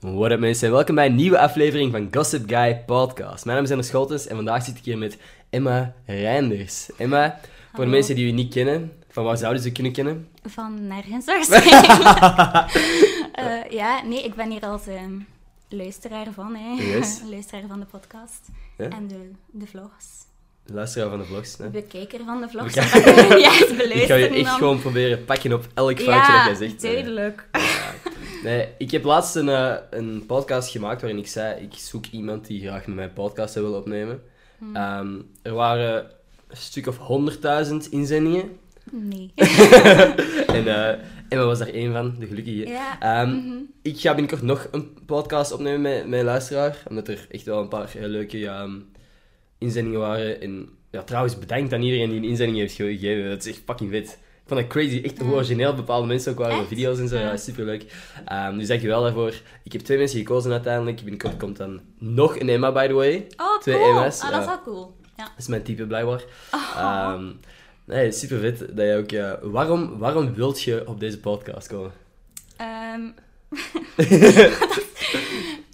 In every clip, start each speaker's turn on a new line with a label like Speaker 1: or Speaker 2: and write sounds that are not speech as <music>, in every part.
Speaker 1: What up mensen, welkom bij een nieuwe aflevering van Gossip Guy Podcast. Mijn naam is Anne Scholtens en vandaag zit ik hier met Emma Reinders. Emma, voor de
Speaker 2: Hallo.
Speaker 1: mensen die u niet kennen, van waar zouden ze kunnen kennen?
Speaker 2: Van nergens
Speaker 1: <laughs>
Speaker 2: waarschijnlijk. Eh, ja, nee, ik ben hier als ehm, luisteraar van, hè.
Speaker 1: Yes.
Speaker 2: <laughs> luisteraar van de podcast.
Speaker 1: Ja?
Speaker 2: En de, de vlogs.
Speaker 1: De Luisteraar van de vlogs. Hè?
Speaker 2: Bekijker van de vlogs.
Speaker 1: Beka-
Speaker 2: of dat je- <laughs> ja, het beluisteren
Speaker 1: <laughs> Ik ga je echt
Speaker 2: dan.
Speaker 1: gewoon proberen pakken op elk foutje
Speaker 2: ja,
Speaker 1: dat jij zegt. eh.
Speaker 2: duidelijk.
Speaker 1: Nee, ik heb laatst een, eh, een podcast gemaakt waarin ik zei, ik zoek iemand die graag met mijn podcast zou willen opnemen.
Speaker 2: Hmm.
Speaker 1: Ehm, er waren een stuk of honderdduizend inzendingen. <laughs>
Speaker 2: Nee.
Speaker 1: En eh Emma was daar één van, de gelukkige.
Speaker 2: Ja,
Speaker 1: Ehm,
Speaker 2: mhm.
Speaker 1: Ik ga binnenkort nog een podcast opnemen met mijn luisteraar. Omdat er echt wel een paar heel leuke ja, ehm, inzendingen waren. En ja, trouwens, bedankt aan iedereen die een inzending heeft ge- gegeven. Dat is echt fucking vet. Ik vond dat crazy. Echt hoe origineel bepaalde mensen ook waren. met
Speaker 2: Echt?
Speaker 1: Video's en zo. Ja,
Speaker 2: Ja.
Speaker 1: superleuk. Ehm dus dankjewel daarvoor. Ik heb twee mensen gekozen uiteindelijk. Binnenkort komt dan nog een Emma, by the way.
Speaker 2: Oh,
Speaker 1: Twee
Speaker 2: cool.
Speaker 1: Emma's,
Speaker 2: Ah, dat is
Speaker 1: ja.
Speaker 2: wel cool. Ja.
Speaker 1: Dat is mijn type, blijkbaar.
Speaker 2: Oh.
Speaker 1: Ehm, nee, super vet dat je ook... eh, waarom, waarom wilt je op deze podcast komen? <laughs>
Speaker 2: Ehm, <laughs>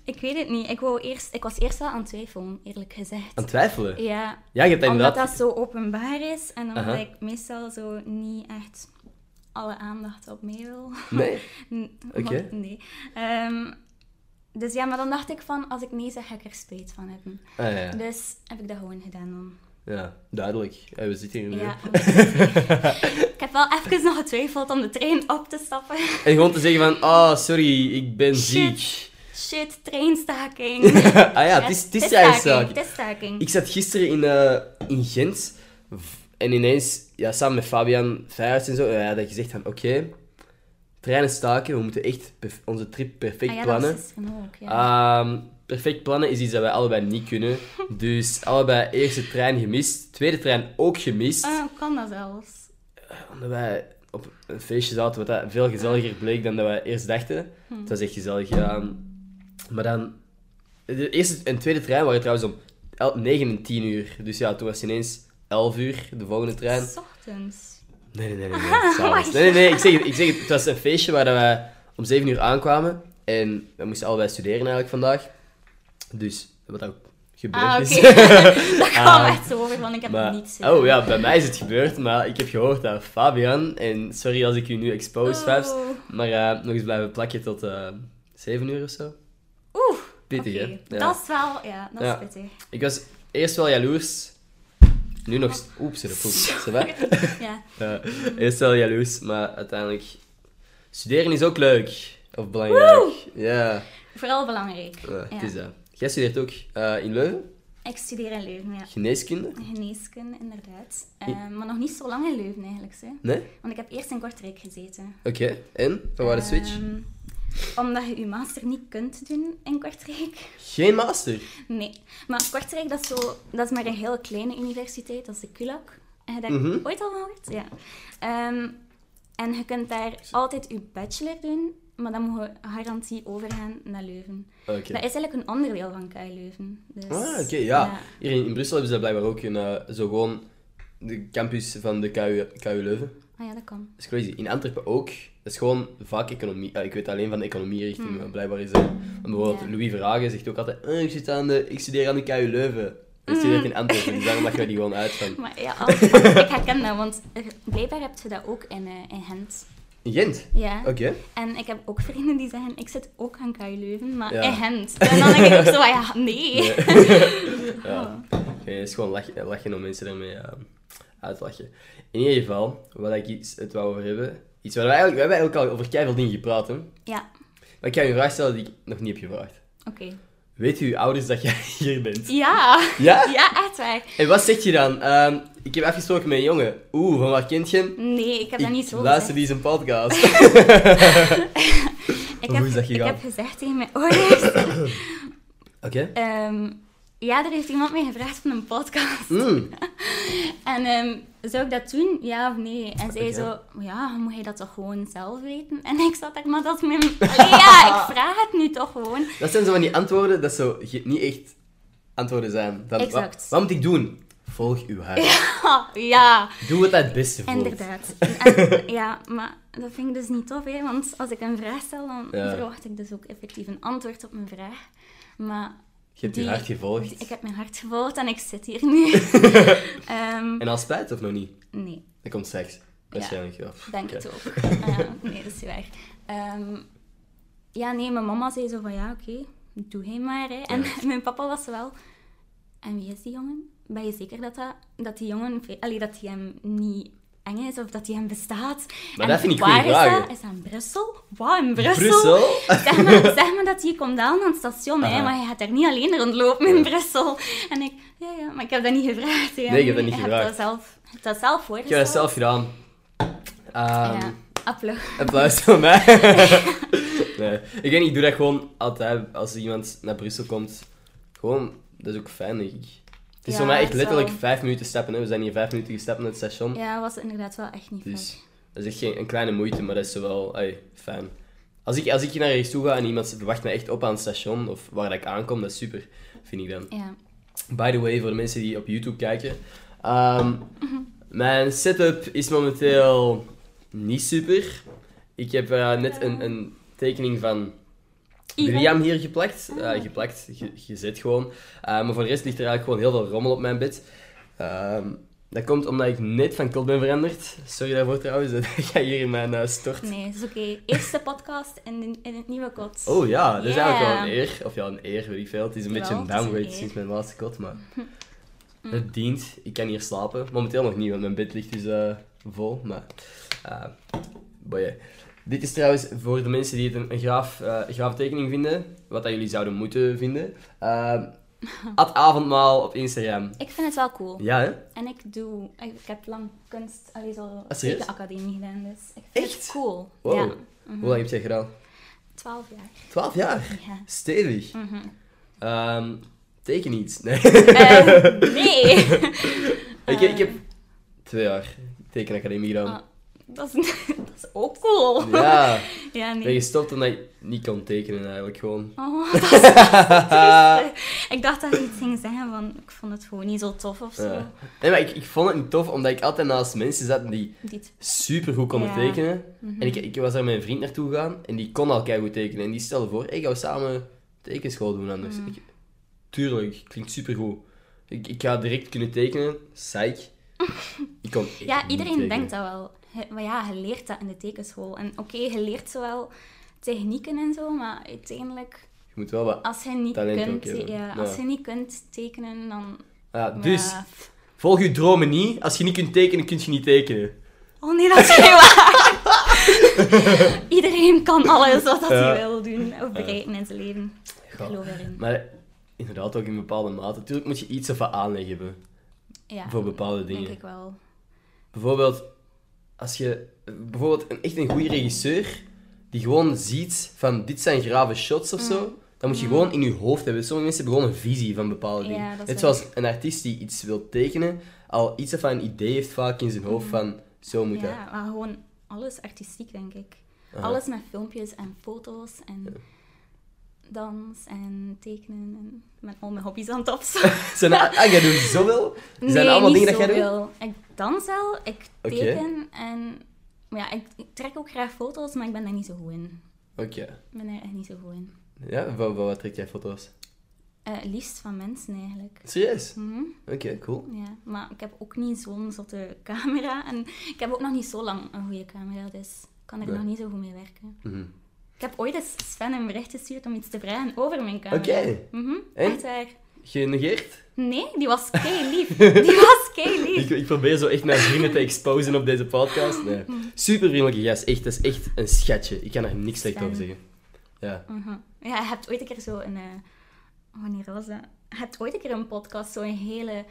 Speaker 2: ik weet het niet. Ik, wou eerst, ik was eerst wel aan het twijfelen, eerlijk gezegd.
Speaker 1: Aan het twijfelen?
Speaker 2: Ja,
Speaker 1: Ja, je hebt dat
Speaker 2: Omdat
Speaker 1: inderdaad...
Speaker 2: dat zo openbaar is en omdat
Speaker 1: Aha.
Speaker 2: ik meestal zo niet echt alle aandacht op mee wil.
Speaker 1: Nee.
Speaker 2: <laughs> N-
Speaker 1: Oké.
Speaker 2: want Nee. Ehm, dus ja, maar dan dacht ik van, als ik nee zeg, ga ik er spijt van hebben.
Speaker 1: Ah, ja.
Speaker 2: Dus heb ik dat gewoon gedaan dan.
Speaker 1: ja, duidelijk. Ja, we zitten hier nu.
Speaker 2: Ja. <laughs> ik heb wel even nog getwijfeld om de trein op te stappen.
Speaker 1: En gewoon te zeggen van, ah, sorry, ik ben
Speaker 2: Shit.
Speaker 1: ziek.
Speaker 2: <laughs> Shit, treinstaking.
Speaker 1: ah <laughs> ja, het is, het is juist
Speaker 2: staking,
Speaker 1: zaak.
Speaker 2: Het is staking.
Speaker 1: Ik zat gisteren in, eh, in Gent v- en ineens, ja, samen met Fabian Vrijhuis en zo, ja, dat je zegt van, oké, treinen staken, we moeten echt perf- onze trip perfect
Speaker 2: Ah ja, dat was
Speaker 1: plannen.
Speaker 2: gisteren ook, ja.
Speaker 1: Ehm, perfect plannen is iets dat wij allebei niet kunnen. Dus allebei eerste trein gemist, tweede trein ook gemist.
Speaker 2: Ah, hoe kan dat zelfs?
Speaker 1: Omdat wij op een feestje zaten, wat dat veel gezelliger bleek dan dat wij eerst dachten. Het was echt gezellig. ja. Maar dan... De eerste en tweede trein waren trouwens om el- 9 en 10 uur. Dus ja, toen was het ineens 11 uur, de volgende trein.
Speaker 2: S ochtends.
Speaker 1: Nee, nee, nee,
Speaker 2: <laughs>
Speaker 1: nee.
Speaker 2: Oh
Speaker 1: Nee, s'avonds. nee, nee, nee ik, zeg het, ik zeg het. Het was een feestje waar dat wij om 7 uur aankwamen. En we moesten allebei studeren eigenlijk vandaag. Dus, wat ook gebeurd
Speaker 2: Ah,
Speaker 1: is. <laughs>
Speaker 2: oké. dat kwam echt zo over, want ik heb
Speaker 1: Ah. Maar-
Speaker 2: het niet zo.
Speaker 1: oh ja, bij mij is het gebeurd, maar ik heb gehoord dat Fabian, en sorry als ik u nu
Speaker 2: Oh.
Speaker 1: expose, Fabs,
Speaker 2: Oeh.
Speaker 1: maar eh, nog eens blijven plakken tot eh 7 uur of zo.
Speaker 2: Oeh,
Speaker 1: Pittig,
Speaker 2: oké.
Speaker 1: hè? Ja.
Speaker 2: Dat is wel, ja, dat
Speaker 1: Ja.
Speaker 2: is pittig.
Speaker 1: Ik was eerst wel jaloers, nu nog... s- Oeps, de poep. Ça va?
Speaker 2: <laughs> Ja.
Speaker 1: <laughs> Ja, eerst wel jaloers, maar uiteindelijk... Studeren is ook leuk, of belangrijk. Ja,
Speaker 2: Vooral belangrijk.
Speaker 1: eh, het
Speaker 2: Ja.
Speaker 1: is dat. Jij studeert ook eh, in Leuven,
Speaker 2: Ik studeer in Leuven, ja.
Speaker 1: geneeskunde?
Speaker 2: Geneeskunde, inderdaad. Eh, maar nog niet zo lang in Leuven eigenlijk, hè.
Speaker 1: Nee?
Speaker 2: Want ik heb eerst in Kortrijk gezeten.
Speaker 1: Oké, en? Van waar de switch?
Speaker 2: Ehm, omdat je je master niet kunt doen in Kortrijk.
Speaker 1: Geen master?
Speaker 2: Nee. Maar Kortrijk, dat is, zo, dat is maar een heel kleine universiteit. Dat is de CULAC. Heb je daar
Speaker 1: Mhm.
Speaker 2: ooit al van gehoord? Ja. Ehm, en je kunt daar altijd je bachelor doen, maar dan moet je garantie overgaan naar Leuven.
Speaker 1: Oké.
Speaker 2: Dat is eigenlijk een onderdeel van KU Leuven. Dus,
Speaker 1: Ah, oké, ja. Hier in, in Brussel hebben ze blijkbaar ook een, eh, zo gewoon de campus van de KU, KU Leuven.
Speaker 2: Ah ja, dat kan.
Speaker 1: Dat is crazy. In Antwerpen ook. Dat is gewoon vaak economie. eh, ik weet alleen van de economierichting, maar blijkbaar is dat... want Bijvoorbeeld
Speaker 2: Hmm. Ja.
Speaker 1: Louis Verhagen zegt ook altijd, "Eh, ik, zit aan de, ik studeer aan de KU Leuven. Ik studeer
Speaker 2: Hmm.
Speaker 1: in Antwerpen, dus daarom lag je die gewoon
Speaker 2: <laughs>
Speaker 1: uit van...
Speaker 2: Mm. Maar ja, als- ik herken dat, want er- blijkbaar heb je dat ook in, eh, in Gent.
Speaker 1: In Gent?
Speaker 2: Ja.
Speaker 1: Oké.
Speaker 2: En ik heb ook vrienden die zeggen, ik zit ook aan KU Leuven, maar
Speaker 1: Ja.
Speaker 2: in Gent. En dan denk ik ook zo, van, ja, nee. <laughs>
Speaker 1: Ja.
Speaker 2: Oh.
Speaker 1: Nee, het is gewoon lachen, lachen om mensen daarmee eh, uit te lachen. In ieder geval, wat ik iets, het wou over hebben... Iets waar we eigenlijk... We hebben eigenlijk al over keiveel dingen gepraat, hè.
Speaker 2: Ja,
Speaker 1: Maar ik ga je een vraag stellen die ik nog niet heb gevraagd.
Speaker 2: oké.
Speaker 1: Weet uw ouders dat jij <laughs> hier bent?
Speaker 2: Ja.
Speaker 1: Ja?
Speaker 2: Ja, echt waar.
Speaker 1: En wat zeg je dan? Ehm, ik heb afgesproken met een jongen. Oeh, van waar kent je hem?
Speaker 2: Nee, ik heb dat niet zo
Speaker 1: luister
Speaker 2: gezegd.
Speaker 1: die zijn podcast.
Speaker 2: <laughs> Ik
Speaker 1: Hoe
Speaker 2: heb,
Speaker 1: is dat
Speaker 2: ik
Speaker 1: gegaan?
Speaker 2: heb gezegd tegen mijn ouders, <laughs>
Speaker 1: Oké.
Speaker 2: ehm, ja, er heeft iemand mij gevraagd van een podcast.
Speaker 1: Mm.
Speaker 2: En ehm, zou ik dat doen? Ja of nee? En zij
Speaker 1: Oké.
Speaker 2: zo, ja, moet je dat toch gewoon zelf weten? En ik zat daar, maar dat is mijn... Allee, ja, ik vraag het nu toch gewoon. <laughs>
Speaker 1: Dat zijn zo van die antwoorden dat zo ge- niet echt antwoorden zijn. Dan, wa-
Speaker 2: Exact.
Speaker 1: wat moet ik doen? Volg uw hart.
Speaker 2: Ha, ja,
Speaker 1: Doe wat dat het beste voelt.
Speaker 2: inderdaad. En, ja, maar dat vind ik dus niet tof, hè? want als ik een vraag stel, dan
Speaker 1: Ja.
Speaker 2: verwacht ik dus ook effectief een antwoord op mijn vraag. Maar
Speaker 1: Je hebt je
Speaker 2: Die-
Speaker 1: hart gevolgd.
Speaker 2: ik heb mijn hart gevolgd en ik zit hier nu. <laughs> Ehm,
Speaker 1: <laughs> En al spijt of nog niet?
Speaker 2: nee,
Speaker 1: Dan komt seks. Waarschijnlijk, ja.
Speaker 2: denk
Speaker 1: Oké.
Speaker 2: het
Speaker 1: <laughs>
Speaker 2: ook. <laughs> Ah Ja, nee, dat is waar. Ehm, ja, nee, mijn mama zei zo van ja, oké, doe hij maar. Hè. En <laughs> mijn papa was wel. En wie is die jongen? Ben je zeker dat, dat, dat die jongen, ve- allee, dat hij hem niet eng is of dat hij hem bestaat?
Speaker 1: Maar
Speaker 2: en
Speaker 1: dat vind ik
Speaker 2: waar
Speaker 1: goeie
Speaker 2: is
Speaker 1: vragen.
Speaker 2: dat? Is dat in Brussel? Wauw, in Brussel?
Speaker 1: Brussel?
Speaker 2: <laughs> Zeg
Speaker 1: <laughs>
Speaker 2: maar, zeg maar dat je komt aan aan het station, hè,
Speaker 1: Aha.
Speaker 2: maar je gaat daar niet alleen rondlopen in Brussel. En ik, ja, ja, maar ik heb dat niet gevraagd. hè.
Speaker 1: Nee, je hebt dat niet
Speaker 2: hebt
Speaker 1: gevraagd.
Speaker 2: Dat zelf, je hebt dat zelf
Speaker 1: Ik heb
Speaker 2: voorgesteld.
Speaker 1: dat zelf gedaan. Ehm,
Speaker 2: Ja, applaus.
Speaker 1: Applaus voor mij. nee, ik weet niet, ik doe dat gewoon altijd als iemand naar Brussel komt. Gewoon, dat is ook fijn, denk ik. Het is
Speaker 2: Ja,
Speaker 1: voor mij echt
Speaker 2: dat is
Speaker 1: letterlijk
Speaker 2: wel-
Speaker 1: vijf minuten stappen. Hè. We zijn hier vijf minuten gestapt naar het station.
Speaker 2: Ja, was inderdaad wel echt niet
Speaker 1: Dus
Speaker 2: fijn.
Speaker 1: dat is echt geen, een kleine moeite, maar dat is wel ai, fijn. Als ik, als ik hier naar rechts toe ga en iemand zit- wacht me echt op aan het station of waar dat ik aankom, dat is super, vind ik dan.
Speaker 2: Ja.
Speaker 1: By the way, voor de mensen die op YouTube kijken. ehm, mijn setup is momenteel niet super. Ik heb eh, net een, een tekening van
Speaker 2: Ivan.
Speaker 1: Liam hier geplakt. Eh, geplakt, ge- gezet gewoon. Eh, maar voor de rest ligt er eigenlijk gewoon heel veel rommel op mijn bed. Ehm, dat komt omdat ik net van kot ben veranderd. Sorry daarvoor trouwens, <laughs> dat gaat hier in mijn eh, stort.
Speaker 2: Nee, dat is oké. Eerste podcast in, de, in het nieuwe kot.
Speaker 1: Oh ja, dat is
Speaker 2: Yeah.
Speaker 1: eigenlijk wel een eer. Of ja, een eer, weet ik veel. Het is een
Speaker 2: Wel,
Speaker 1: beetje een
Speaker 2: het is een
Speaker 1: downgrade
Speaker 2: eer. Mm.
Speaker 1: sinds mijn laatste kot,
Speaker 2: <laughs>
Speaker 1: maar... Het dient. Ik kan hier slapen. Momenteel nog niet, want mijn bed ligt dus eh, vol, maar... eh, boeien. Dit is trouwens voor de mensen die het een, een graaf, eh, graaf tekening vinden, wat dat jullie zouden moeten vinden.
Speaker 2: <laughs>
Speaker 1: Eh, at avondmaal op Instagram.
Speaker 2: Ik vind het wel cool.
Speaker 1: Ja, hè?
Speaker 2: En ik doe... Ik, ik heb lang kunst... Allee, zo...
Speaker 1: Ah, serieus?
Speaker 2: academie gedaan, dus... Ik vind
Speaker 1: Echt?
Speaker 2: het cool.
Speaker 1: Wow.
Speaker 2: Ja.
Speaker 1: Hoe lang heb jij gedaan?
Speaker 2: Twaalf jaar.
Speaker 1: Twaalf jaar.
Speaker 2: Ja.
Speaker 1: Stevig. <laughs>
Speaker 2: Mhm.
Speaker 1: Ehm, teken iets. Nee.
Speaker 2: <laughs> Eh, nee!
Speaker 1: ik, ik heb twee jaar tekenacademie gedaan.
Speaker 2: Ah, dat, is, <laughs> dat is ook cool.
Speaker 1: Ja, ik
Speaker 2: <laughs> Ja,
Speaker 1: ben
Speaker 2: nee.
Speaker 1: gestopt omdat ik niet kon tekenen eigenlijk gewoon.
Speaker 2: Oh, <laughs> dat is
Speaker 1: <laughs>
Speaker 2: triest. Ik dacht dat je iets ging zeggen van ik vond het gewoon niet zo tof of zo.
Speaker 1: Ja. Nee, maar ik, ik vond het niet tof omdat ik altijd naast mensen zat die
Speaker 2: Dit.
Speaker 1: super goed konden
Speaker 2: Ja. Mhm.
Speaker 1: tekenen. En ik, ik was daar met een vriend naartoe gegaan en die kon al goed tekenen. En die stelde voor, hey, gaan we samen tekenschool doen anders.
Speaker 2: Mhm.
Speaker 1: Ik- tuurlijk, klinkt super goed. Ik, ik ga direct kunnen tekenen,
Speaker 2: <laughs>
Speaker 1: psych. Ik kon echt
Speaker 2: Ja,
Speaker 1: niet
Speaker 2: iedereen
Speaker 1: tekenen.
Speaker 2: denkt dat wel. He- Maar ja, je leert dat in de tekenschool. En oké, je leert zowel technieken en zo, maar uiteindelijk,
Speaker 1: Je moet wel wat...
Speaker 2: als je niet,
Speaker 1: Talent
Speaker 2: kunt,
Speaker 1: ook hebben.
Speaker 2: ja,
Speaker 1: Ja.
Speaker 2: als je niet kunt tekenen, dan... eh,
Speaker 1: Ja, dus,
Speaker 2: ja.
Speaker 1: volg je dromen niet. Als je niet kunt tekenen, kun je niet tekenen.
Speaker 2: <laughs> Oh nee, dat is niet waar. <laughs> iedereen kan alles wat dat
Speaker 1: Ja.
Speaker 2: hij wil doen of bereiken in zijn leven. Ik
Speaker 1: Goh.
Speaker 2: geloof erin.
Speaker 1: Maar inderdaad ook in bepaalde mate. Natuurlijk moet je iets of wat aanleg hebben
Speaker 2: Ja,
Speaker 1: voor bepaalde dingen.
Speaker 2: denk ik wel.
Speaker 1: Bijvoorbeeld, als je bijvoorbeeld een, echt een goede regisseur die gewoon ziet van dit zijn grave shots of
Speaker 2: Mm.
Speaker 1: zo, dan moet je gewoon in je hoofd hebben. Sommige mensen hebben gewoon een visie van bepaalde
Speaker 2: Ja,
Speaker 1: dingen.
Speaker 2: dat is
Speaker 1: Net
Speaker 2: waar.
Speaker 1: zoals een artiest die iets wil tekenen, al iets of een idee heeft vaak in zijn hoofd van zo moet dat.
Speaker 2: Mm. Ja, maar gewoon alles artistiek, denk ik. Alles met filmpjes en foto's en dans en tekenen en met al mijn hobby's aan het
Speaker 1: <laughs>
Speaker 2: opzoeken.
Speaker 1: Zijn, ah, ah, jij doet
Speaker 2: <laughs>
Speaker 1: zoveel? Zijn
Speaker 2: nee,
Speaker 1: er allemaal
Speaker 2: niet
Speaker 1: dingen dat jij doet?
Speaker 2: zoveel. Ik dans wel, ik
Speaker 1: Oké.
Speaker 2: teken en... maar Ja, ik, ik trek ook graag foto's, maar ik ben daar niet zo goed in.
Speaker 1: Oké.
Speaker 2: Ik ben daar echt niet zo goed in.
Speaker 1: Ja, van, van wat trek jij foto's?
Speaker 2: Eh, het liefst van mensen eigenlijk.
Speaker 1: Serieus?
Speaker 2: Mhm,
Speaker 1: Oké, cool.
Speaker 2: ja. Maar ik heb ook niet zo'n zotte <laughs> camera. En ik heb ook nog niet zo lang een goede camera, dus ik kan er
Speaker 1: Nee.
Speaker 2: nog niet zo goed mee werken.
Speaker 1: Mhm.
Speaker 2: Ik heb ooit eens Sven een bericht gestuurd om iets te vragen over mijn camera.
Speaker 1: Oké.
Speaker 2: Mhm,
Speaker 1: En?
Speaker 2: Echt waar.
Speaker 1: Genegeerd?
Speaker 2: Nee, die was kei
Speaker 1: <laughs>
Speaker 2: lief. Die was kei lief.
Speaker 1: Ik, ik probeer zo echt mijn vrienden te exposen op deze podcast. Nee. Super vriendelijke gast, echt. Dat is echt een schatje. Ik kan er niks slecht over zeggen. Ja.
Speaker 2: Mhm. Ja, je hebt ooit een keer zo een... eh, wanneer was dat? Je hebt ooit een keer een podcast, zo'n hele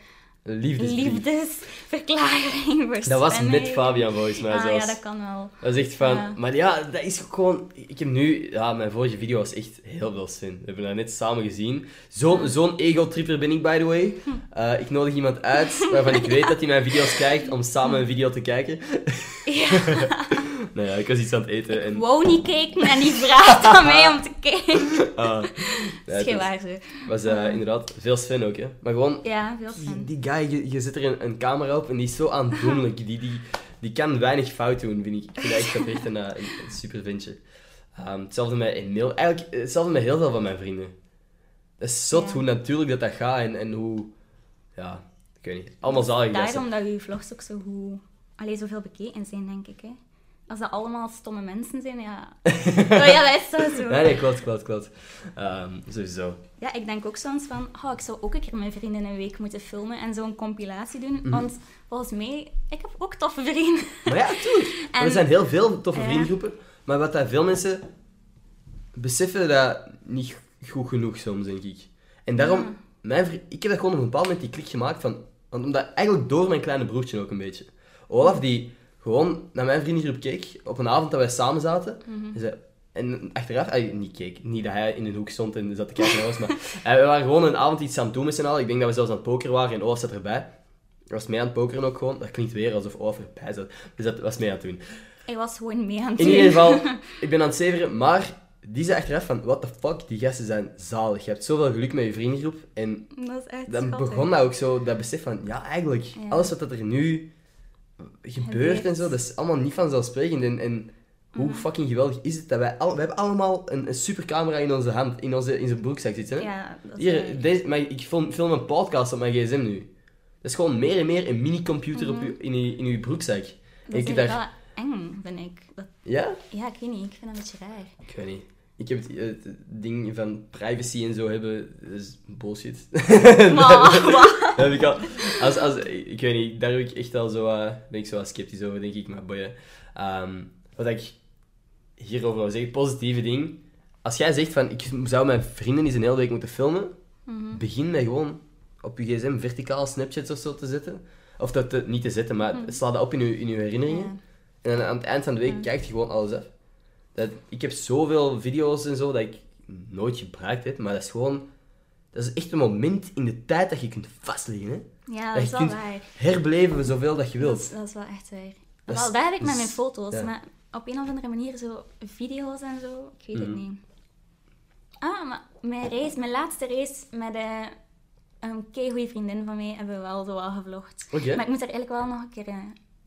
Speaker 1: Liefdesbrief.
Speaker 2: liefdesverklaring voor
Speaker 1: Dat was
Speaker 2: Sven
Speaker 1: met
Speaker 2: eigenlijk.
Speaker 1: Fabian volgens mij
Speaker 2: Ah
Speaker 1: zelfs.
Speaker 2: ja, dat kan wel.
Speaker 1: <laughs> Dat is echt van...
Speaker 2: Ja.
Speaker 1: Maar ja, dat is ook gewoon... Ik heb nu... Ja, mijn vorige video was echt heel veel zin. We hebben dat net samen gezien. Zo'n zo'n ego-tripper ben ik, by the way.
Speaker 2: Hm.
Speaker 1: Eh, ik nodig iemand uit waarvan ik weet dat hij mijn video's kijkt om samen een video te kijken.
Speaker 2: Ja,
Speaker 1: Nou ja, ik was iets aan het eten en...
Speaker 2: wou niet kijken en die vraagt aan mij om te
Speaker 1: <laughs>
Speaker 2: kijken.
Speaker 1: ah.
Speaker 2: Dat
Speaker 1: Ja,
Speaker 2: is geen
Speaker 1: het
Speaker 2: waar, zo.
Speaker 1: was eh, inderdaad veel Sven ook, hè. Maar gewoon
Speaker 2: Ja, veel
Speaker 1: Die,
Speaker 2: Sven.
Speaker 1: die guy, je, je zet er een, een camera op en die is zo aandoenlijk. Die, die, die kan weinig fout doen, vind ik. Ik vind dat echt oprecht een, eh, een, een super ventje. Ehm, hetzelfde met Emil. Eigenlijk eh, hetzelfde met heel veel van mijn vrienden. Dat is zot
Speaker 2: Ja.
Speaker 1: hoe natuurlijk dat dat gaat en, en hoe... Ja, ik weet niet. Allemaal zalig gasten.
Speaker 2: Daarom dat uw vlogs ook zo goed, allee, zoveel bekeken zijn, denk ik. Hè. Als dat allemaal stomme mensen zijn,
Speaker 1: <laughs>
Speaker 2: ja. Oh ja, dat is zo. zo.
Speaker 1: Nee, nee, klopt, klopt, klopt. Ehm, sowieso.
Speaker 2: Ja, ik denk ook soms van, oh, ik zou ook een keer mijn vrienden een week moeten filmen en zo'n compilatie doen. Want volgens mij, ik heb ook toffe vrienden.
Speaker 1: Mhm. Maar ja, tuurlijk.
Speaker 2: En-
Speaker 1: er zijn heel veel toffe
Speaker 2: Ja.
Speaker 1: vriendengroepen. Maar wat dat veel mensen beseffen dat niet goed genoeg soms, denk ik. En daarom,
Speaker 2: Ja.
Speaker 1: mijn vri- ik heb dat gewoon op een bepaald moment die klik gemaakt van... Want omdat eigenlijk door mijn kleine broertje ook een beetje. Olaf die gewoon naar mijn vriendengroep keek, op een avond dat wij samen zaten.
Speaker 2: Mhm.
Speaker 1: en zei- en achteraf, hij niet keek, niet dat hij in een hoek stond en zat te kijken naar ons, maar <laughs> eh, we waren gewoon een avond iets aan het doen met z'n allen. Ik denk dat we zelfs aan het poker waren en Olaf zat erbij. Hij was mee aan het pokeren ook gewoon. Dat klinkt weer alsof Olaf erbij zat. Dus dat was mee aan het doen.
Speaker 2: <laughs> Ik was gewoon mee aan het
Speaker 1: In
Speaker 2: doen.
Speaker 1: ieder geval, <laughs> ik ben aan het zeveren, maar die zei achteraf van, what the fuck, die gasten zijn zalig. Je hebt zoveel geluk met je vriendengroep. En
Speaker 2: <laughs> Dat is echt
Speaker 1: dan
Speaker 2: schattig.
Speaker 1: begon dat ook zo, dat besef van, ja, eigenlijk,
Speaker 2: Ja.
Speaker 1: alles wat dat er nu gebeurt
Speaker 2: Gebeurt. Mm-hmm.
Speaker 1: en zo, dat is allemaal niet vanzelfsprekend. En, en hoe fucking geweldig is het dat wij, al, wij hebben allemaal een, een supercamera in onze hand, in onze, in zijn broekzak zitten. hè?
Speaker 2: Ja, dat is waar.
Speaker 1: Hier, deze, maar ik film, film een podcast op mijn gsm nu. Dat is gewoon meer en meer een mini-computer op uw- in, je, in uw broekzak.
Speaker 2: Mm-hmm. Dat
Speaker 1: ik
Speaker 2: vind
Speaker 1: daar-
Speaker 2: ik wel eng, vind ik. Dat-
Speaker 1: Ja?
Speaker 2: ja, ik weet niet, ik vind dat een beetje raar.
Speaker 1: <laughs> Ik weet niet. Ik heb het, eh, het ding van privacy en zo hebben, dat is bullshit.
Speaker 2: Maar, wat?
Speaker 1: Dat <laughs> heb ik al. Als, als, ik weet niet, daar heb ik echt al zo, eh, ben ik zo wat sceptisch over, denk ik. Maar boeien. Ehm, wat ik hierover wil zeggen, positieve ding. Als jij zegt van, ik zou mijn vrienden eens een hele week moeten filmen, begin met gewoon op je gsm verticaal Snapchats of zo te zetten. Of dat te- niet te zetten, maar sla dat op in je, in je herinneringen. En dan aan het eind van de week kijkt je gewoon alles af. Dat, ik heb zoveel video's en zo dat ik nooit gebruikt heb, maar dat is gewoon... Dat is echt een moment in de tijd dat je kunt vastleggen, hè.
Speaker 2: <laughs>
Speaker 1: Dat
Speaker 2: Ja, dat
Speaker 1: je
Speaker 2: is wel
Speaker 1: kunt
Speaker 2: waar.
Speaker 1: herbeleven zoveel dat je
Speaker 2: Dat
Speaker 1: wilt.
Speaker 2: is, dat is wel echt waar.
Speaker 1: Dat
Speaker 2: wel,
Speaker 1: is-
Speaker 2: dat heb ik
Speaker 1: dat
Speaker 2: met mijn
Speaker 1: is-
Speaker 2: foto's,
Speaker 1: ja.
Speaker 2: maar op een of andere manier zo video's en zo, ik weet
Speaker 1: Mhm.
Speaker 2: het niet. Ah, maar mijn race, mijn laatste race met eh, een keigoeie vriendin van mij hebben we wel zo al gevlogd.
Speaker 1: Oké.
Speaker 2: Maar ik moet er eigenlijk wel nog een keer eh,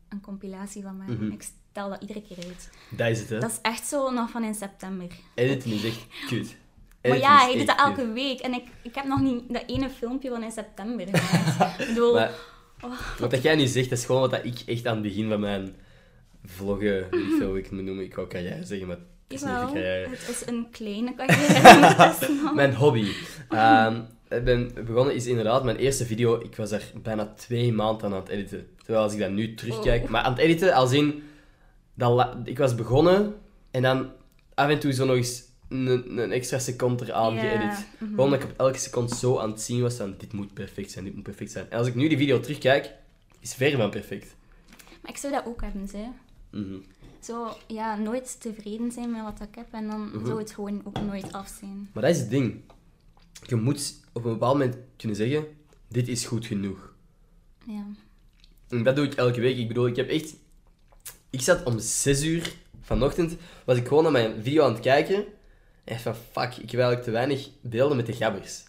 Speaker 2: een compilatie van maken.
Speaker 1: Mhm.
Speaker 2: Ik stel dat iedere keer uit.
Speaker 1: Dat is het, hè.
Speaker 2: Dat is echt zo nog van in september.
Speaker 1: Editen is echt kut.
Speaker 2: Maar
Speaker 1: Editen
Speaker 2: ja,
Speaker 1: is
Speaker 2: hij doet
Speaker 1: echt
Speaker 2: dat
Speaker 1: kut.
Speaker 2: elke week. En ik, ik heb nog niet dat ene filmpje van in september
Speaker 1: <laughs>
Speaker 2: gemaakt. ik bedoel, oh.
Speaker 1: Maar wat dat jij nu zegt, dat is gewoon wat dat ik echt aan het begin van mijn vloggen, weet ik veel hoe ik het moet noemen, ik wou carrière zeggen, maar het is niet echt
Speaker 2: jawel,
Speaker 1: een carrière.
Speaker 2: nou, het is een kleine <laughs> carrière. het
Speaker 1: <laughs>
Speaker 2: is nog-
Speaker 1: Mijn hobby. Ehm, ik ben begonnen is inderdaad mijn eerste video. Ik was er bijna twee maanden aan aan het editen. Terwijl als ik dat nu terugkijk.
Speaker 2: Oh.
Speaker 1: Maar aan het editen, als in. Dat la- ik was begonnen en dan af en toe zo nog eens een, een extra seconde eraan
Speaker 2: Ja,
Speaker 1: geëdit.
Speaker 2: mhm.
Speaker 1: Gewoon dat ik op elke seconde zo aan het zien was van dit moet perfect zijn, dit moet perfect zijn. En als ik nu die video terugkijk, is ver van perfect.
Speaker 2: Maar ik zou dat ook hebben, ze.
Speaker 1: Mhm.
Speaker 2: Zo, ja, nooit tevreden zijn met wat ik heb en dan
Speaker 1: Mhm.
Speaker 2: zou het gewoon ook nooit af zijn.
Speaker 1: Maar dat is het ding. Je moet op een bepaald moment kunnen zeggen, dit is goed genoeg.
Speaker 2: Ja. Mm.
Speaker 1: En dat doe ik elke week. Ik bedoel, ik heb echt... Ik zat om 6 uur vanochtend, was ik gewoon naar mijn video aan het kijken. En echt van, fuck, ik heb eigenlijk te weinig beelden met de gabbers.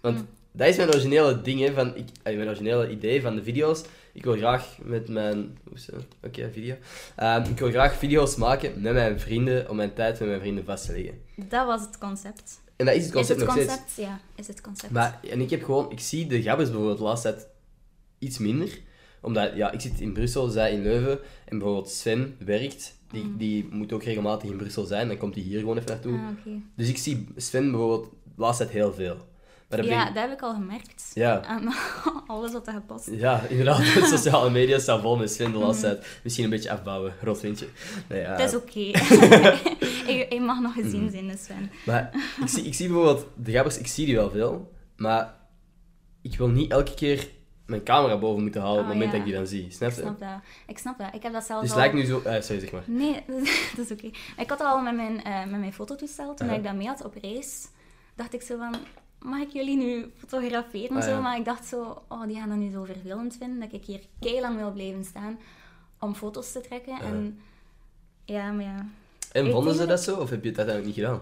Speaker 1: Want
Speaker 2: Mm.
Speaker 1: dat is mijn originele ding, hè, van, ik, eh, mijn originele idee van de video's. Ik wil graag met mijn... Oeps, eh, oké, video. Ehm, ik wil graag video's maken met mijn vrienden, om mijn tijd met mijn vrienden vast te leggen.
Speaker 2: Dat was het concept.
Speaker 1: En dat is het concept
Speaker 2: is het
Speaker 1: nog steeds.
Speaker 2: concept? Ja, is het concept.
Speaker 1: Maar, en ik heb gewoon, ik zie de gabbers bijvoorbeeld de laatste tijd iets minder. Omdat, ja, ik zit in Brussel, zij in Leuven. En bijvoorbeeld Sven werkt.
Speaker 2: Mm.
Speaker 1: Die, die moet ook regelmatig in Brussel zijn. Dan komt hij hier gewoon even naartoe.
Speaker 2: Ah, oké.
Speaker 1: Dus ik zie Sven bijvoorbeeld de laatste tijd heel veel. Maar dat
Speaker 2: Ja,
Speaker 1: ben ik-
Speaker 2: dat heb ik al gemerkt.
Speaker 1: Ja.
Speaker 2: Aan <laughs> alles wat er gepost
Speaker 1: ja,
Speaker 2: <laughs>
Speaker 1: inderdaad. Sociale media staan vol met Sven de laatste tijd. Misschien een beetje afbouwen. Rot windje. Nee, ja.
Speaker 2: Mm. Dat is oké.
Speaker 1: <laughs>
Speaker 2: <laughs> ik, ik mag nog
Speaker 1: Mhm.
Speaker 2: gezien zijn, dus Sven.
Speaker 1: Maar ik zie, ik zie bijvoorbeeld de gabbers, ik zie die wel veel. Maar ik wil niet elke keer mijn camera boven moeten halen op
Speaker 2: Oh,
Speaker 1: het moment
Speaker 2: ja.
Speaker 1: dat ik die dan zie. Snap
Speaker 2: Ik
Speaker 1: je?
Speaker 2: snap dat. Ik snap dat. Ik heb dat zelf
Speaker 1: Dus
Speaker 2: al...
Speaker 1: het lijkt nu zo... eh, sorry, zeg maar.
Speaker 2: Nee, <laughs> dat is oké. Ik had dat al met mijn, eh, met mijn fototoestel, toen
Speaker 1: Ja.
Speaker 2: ik dat mee had op reis, dacht ik zo van, mag ik jullie nu fotograferen
Speaker 1: Ah,
Speaker 2: en zo?
Speaker 1: ja.
Speaker 2: Maar ik dacht zo, oh, die gaan dat nu zo vervelend vinden, dat ik hier keilang wil blijven staan om foto's te trekken. En ja, maar ja.
Speaker 1: En
Speaker 2: Ik
Speaker 1: vonden ze
Speaker 2: denk
Speaker 1: dat zo? Of heb je het uiteindelijk niet gedaan?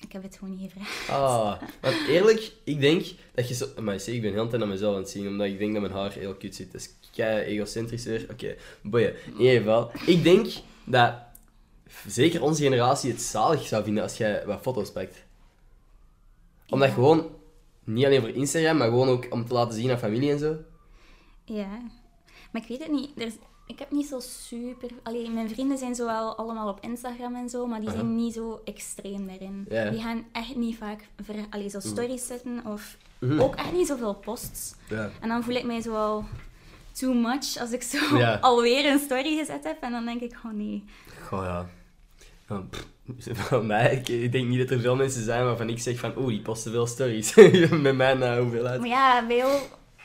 Speaker 2: Ik heb het gewoon niet gevraagd.
Speaker 1: Ah, want eerlijk, ik denk dat je zo... Maar zie, ik ben heel de tijd naar mezelf aan het zien, omdat ik denk dat mijn haar heel cute zit. Dat is kei egocentrisch weer. Oké, boeien. In ieder geval, ik denk dat zeker onze generatie het zalig zou vinden als jij wat foto's pakt. Omdat
Speaker 2: Ja.
Speaker 1: gewoon, niet alleen voor Instagram, maar gewoon ook om te laten zien aan familie en zo.
Speaker 2: Ja, maar ik weet het niet. Er is- ik heb niet zo super. Allee, mijn vrienden zijn zo wel allemaal op Instagram en zo, maar die
Speaker 1: Aha.
Speaker 2: zijn niet zo extreem daarin.
Speaker 1: Ja.
Speaker 2: Die gaan echt niet vaak ver, allee, zo stories zetten of
Speaker 1: Mhm.
Speaker 2: ook echt niet zoveel posts.
Speaker 1: Ja.
Speaker 2: En dan voel ik mij zo al too much als ik zo
Speaker 1: Ja.
Speaker 2: <laughs> alweer een story gezet heb en dan denk ik, oh nee.
Speaker 1: Goh, ja. Ja, pff, <laughs> Van mij, ik, ik denk niet dat er veel mensen zijn waarvan ik zeg van, oeh, die posten veel stories. <laughs> Met mijn eh, hoeveelheid.
Speaker 2: Maar ja, Beel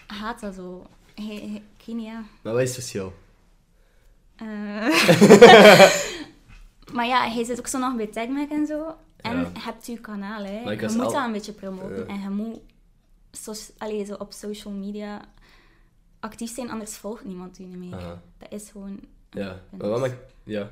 Speaker 2: haat dat zo. Hij- hij- Ik weet niet, ja.
Speaker 1: Maar wat is het verschil? <laughs>
Speaker 2: Eh. maar ja, hij zit ook zo nog bij TagMac en zo. En
Speaker 1: Ja.
Speaker 2: je hebt uw kanaal, hè.
Speaker 1: Maar ik
Speaker 2: je
Speaker 1: was
Speaker 2: moet
Speaker 1: al- Eh.
Speaker 2: dat een beetje promoten.
Speaker 1: Ja.
Speaker 2: En je moet so allee, zo op social media actief zijn, anders volgt niemand u niet meer.
Speaker 1: Aha.
Speaker 2: Dat is gewoon...
Speaker 1: Ja,
Speaker 2: En
Speaker 1: maar wat
Speaker 2: dus-
Speaker 1: maakt... Ja.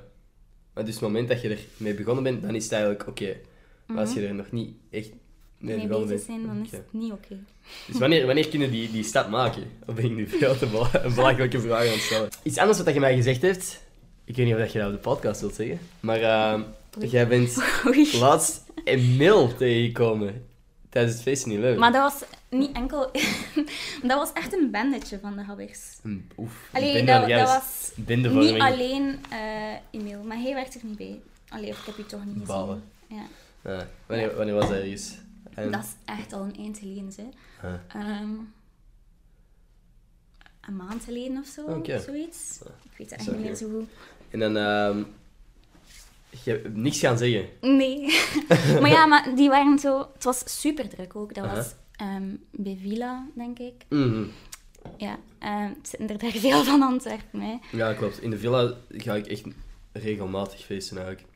Speaker 1: Maar dus het moment dat je ermee begonnen bent, dan is het eigenlijk oké. Maar als je er nog niet echt mee
Speaker 2: mee
Speaker 1: begonnen
Speaker 2: bezig
Speaker 1: bent...
Speaker 2: Mhm. zijn, dan is
Speaker 1: oké.
Speaker 2: het niet oké. <laughs>
Speaker 1: Dus wanneer, wanneer kunnen die, die stap maken? Of ben ik nu veel te bela-
Speaker 2: <laughs>
Speaker 1: een belachelijke vraag aan het stellen? Iets anders wat dat je mij gezegd hebt... Ik weet niet of dat je dat op de podcast wilt zeggen, maar ehm,
Speaker 2: Oei.
Speaker 1: jij bent
Speaker 2: Oei.
Speaker 1: laatst een mail tegengekomen tijdens het feest in Leuven.
Speaker 2: Maar dat was niet enkel... <laughs> dat was echt een bandetje van de Habbers.
Speaker 1: Een- Oef,
Speaker 2: Allee,
Speaker 1: bende,
Speaker 2: dat-
Speaker 1: jij
Speaker 2: dat
Speaker 1: was
Speaker 2: Niet
Speaker 1: bindevorming.
Speaker 2: alleen eh e-mail, maar hij werkt er niet bij. Allee, of ik heb je toch niet gezien.
Speaker 1: Balen.
Speaker 2: Ja.
Speaker 1: Ah, wanneer, wanneer was dat ergens? En-
Speaker 2: Dat is echt al een eind geleden, hè.
Speaker 1: Ah.
Speaker 2: Ehm, een maand geleden of zo,
Speaker 1: Oké.
Speaker 2: zoiets. Ik weet het echt
Speaker 1: Zo,
Speaker 2: niet meer
Speaker 1: ja.
Speaker 2: zo goed.
Speaker 1: En dan... ehm, je hebt niks gaan zeggen.
Speaker 2: Nee. <laughs> maar ja, maar die waren zo... Het was super druk ook. Dat
Speaker 1: Aha.
Speaker 2: was ehm, bij Villa, denk ik.
Speaker 1: Mhm.
Speaker 2: Ja, ehm, het zitten er daar <laughs> veel van Antwerpen, hè.
Speaker 1: Ja, klopt. In de villa ga ik echt regelmatig feesten eigenlijk.